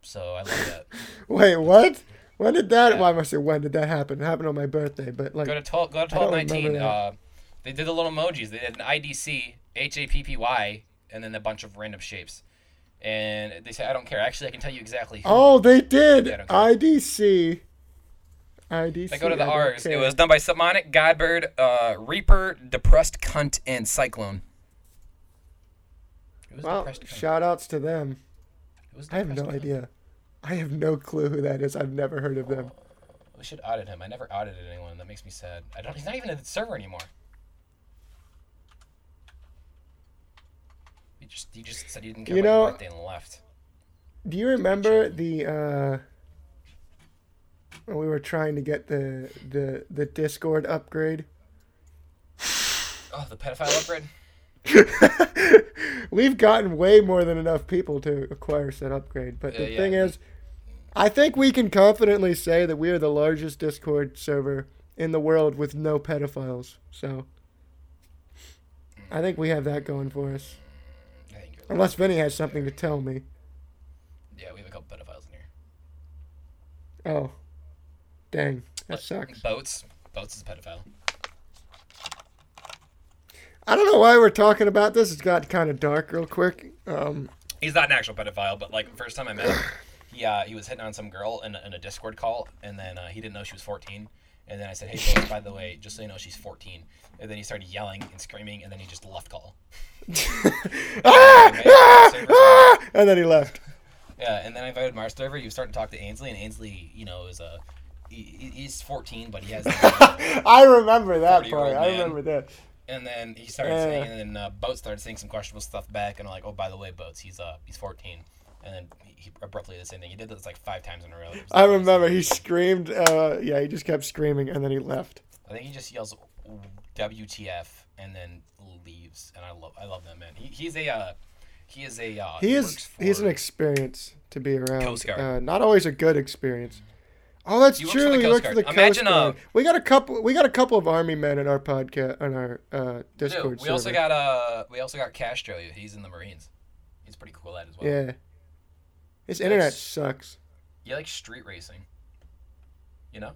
So I love that.
Wait, what? When did that? Well, I must say, when did that happen? It happened on my birthday, but like,
Go to twelve.
I
Go to
don't
twelve nineteen.
remember that.
Uh, they did the little emojis. They did an IDC, H A P P Y, and then a bunch of random shapes. And they said, "I don't care." Actually, I can tell you exactly. Who.
oh, they did
Yeah, I don't care.
IDC. IDC.
They go to
I
the
don't
R's. It
care.
was done by Submonic, Godbird, uh, Reaper, Depressed Cunt, and Cyclone. It was
Well,
Depressed Cunt.
shout outs to them.
It was
I have
Depressed
no
Cunt.
idea. I have no clue who that is. I've never heard of them.
We should audit him. I never audited anyone. That makes me sad. I don't. He's not even in the server anymore. You just you just said you didn't care
You
about
know-
your birthday and left.
Do you remember the uh when we were trying to get the the the Discord upgrade?
Oh, the pedophile upgrade.
We've gotten way more than enough people to acquire said upgrade, but
Yeah,
the
yeah.
thing is I think we can confidently say that we are the largest Discord server in the world with no pedophiles. So I think we have that going for us.
I think you're
Unless Vinny has something to tell me.
Yeah, we have a couple pedophiles in here.
Oh. Dang. That sucks.
Boats. Boats is a pedophile.
I don't know why we're talking about this. It's got kind of dark real quick. Um,
He's not an actual pedophile, but like first time I met him, he uh, he was hitting on some girl in a, in a Discord call, and then uh, he didn't know she was 14. And then I said, "Hey, boys, by the way, just so you know, she's 14." And then he started yelling and screaming, and then he just left call. ah,
ah! And then he left.
Yeah, and then I invited Mars over. He was starting to talk to Ainsley, and Ainsley, you know, is a he, he- he's 14, but he has.
I remember that
40-year-old
part. I
man.
remember that.
and then he started
Yeah.
saying, and then uh, Boats started saying some questionable stuff back, and I'm like, oh, by the way, Boats, he's uh he's 14. And then he he abruptly did the same thing. He did this like five times in a row. It was
I remember he screamed. Uh, yeah, he just kept screaming, and then he left.
I think he just yells WTF and then leaves. And I love I love that man. He, he's a uh, he is a uh,
He
works
is.
for,
He's an experience to be around.
Coast Guard.
Uh, not always a good experience. Oh, that's
He works for
true.
the
He
Coast
worked for the
Guard. Imagine,
Coast
uh,
Guard. we got a couple. We got a couple of army men in our podcast on our uh,
Dude,
Discord
we also
server.
got uh we also got Castro. He's in the Marines. He's pretty cool at it as well.
yeah. His internet
That's-
sucks.
He likes street racing. You know,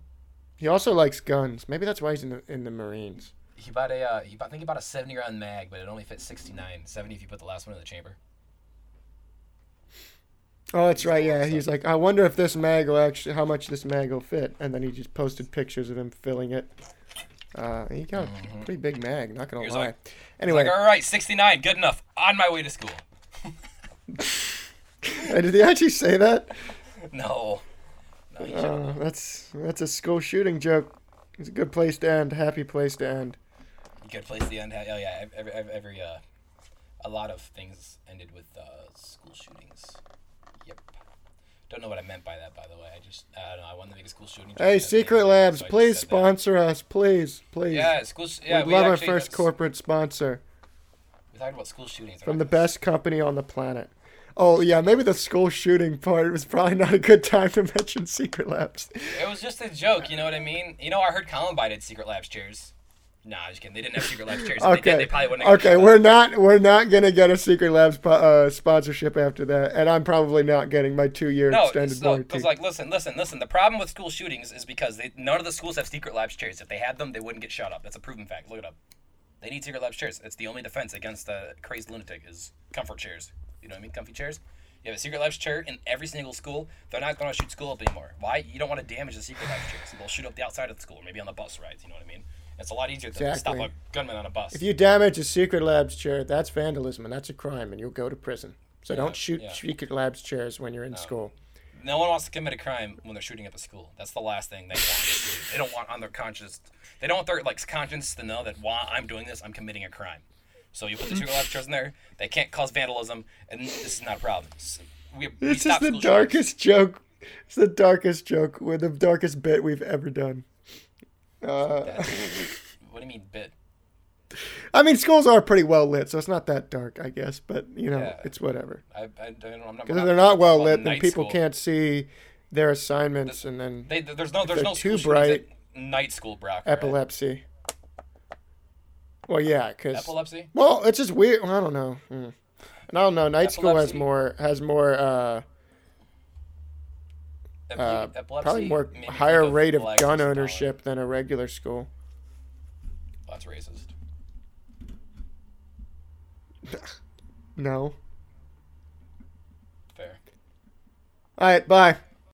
He also likes guns. Maybe that's why he's in the in the Marines.
he bought a uh, he bought, I think he bought a 70 round mag, but it only fits 69. 70 if you put the last one in the chamber.
Oh, that's right. Yeah, he's like, I wonder if this mag will actually, how much this mag will fit, and then he just posted pictures of him filling it. Uh, he got a pretty big mag. Not gonna
Mm-hmm. He was
lie.
like-
anyway,
All right, 69, good enough. On my way to school.
did he actually say that?
No. No, you shouldn't.
Uh, that's that's a school shooting joke. It's a good place to end. Happy place to end.
Good place to end. Oh yeah, ev- every every, every uh, a lot of things ended with uh, school shootings. Yep. Don't know what I meant by that, by the way. I just I don't know. I wanted to make a school shooting. joke
Hey,
as a
Secret
name,
Labs,
so I just
please
said that.
sponsor us, please, please.
Yeah, school. sh- Yeah,
We'd
we
love
actually-
our first
that's-
corporate sponsor
We talked about school shootings.
from the best company on the planet. Oh yeah, maybe the school shooting part was probably not a good time to mention Secret Labs.
It was just a joke. You know what I mean? You know, I heard Columbine had Secret Labs chairs. Nah, I was kidding. They didn't have Secret Labs chairs. If They,
Okay.
did, they probably wouldn't. have
Okay,
gotten
we're not we're not gonna get a Secret Labs po- uh, sponsorship after that, and I'm probably not getting my two year
No,
extended
it's, no,
warranty.
because like, listen, listen, listen. The problem with school shootings is because they, none of the schools have secret labs chairs. If they had them, they wouldn't get shot up. That's a proven fact. Look it up. They need secret labs chairs. It's the only defense against a crazed lunatic is comfort chairs. You know what I mean? Comfy chairs. You have a secret labs chair in every single school. They're not going to shoot school up anymore. Why? You don't want to damage the secret labs chairs. They'll shoot up the outside of the school, or maybe on the bus rides. You know what I mean? It's a lot easier to stop
Exactly.
a gunman on a bus.
if you damage a Secret Labs chair, that's vandalism and that's a crime, and you'll go to prison. So don't shoot
yeah.
Secret Labs chairs when you're in school.
No one wants to commit a crime when they're shooting up a school. That's the last thing they want. they don't want on their conscience. They don't want their like conscience to know that while I'm doing this, I'm committing a crime. So you put the secret life chairs in there. They can't cause vandalism, and this is not a problem. S- We, we
This is
stop
the
school shootings.
darkest joke. It's the darkest joke. we the darkest bit we've ever done.
What do you mean bit?
I mean, schools are pretty well lit, so it's not that dark, I guess. But you know,
Yeah.
it's whatever.
I, I don't know. I'm not.
Because
we're
if they're not well
called
lit, then
night
people
school.
can't see their assignments, and then
They, there's no. There's
they're
no
too
school shootings
bright.
at Night school, Brock. right?
epilepsy. Well, yeah, because
Epilepsy.
well, it's just weird. Well, I don't know. Mm. And I don't know. Night school has
Epilepsy.
more has more uh,
Epi-
uh
epilepsy.
probably more
maybe
higher
like a
rate of
black
gun
person collar.
ownership than a regular school.
That's racist.
No.
Fair.
All right, bye.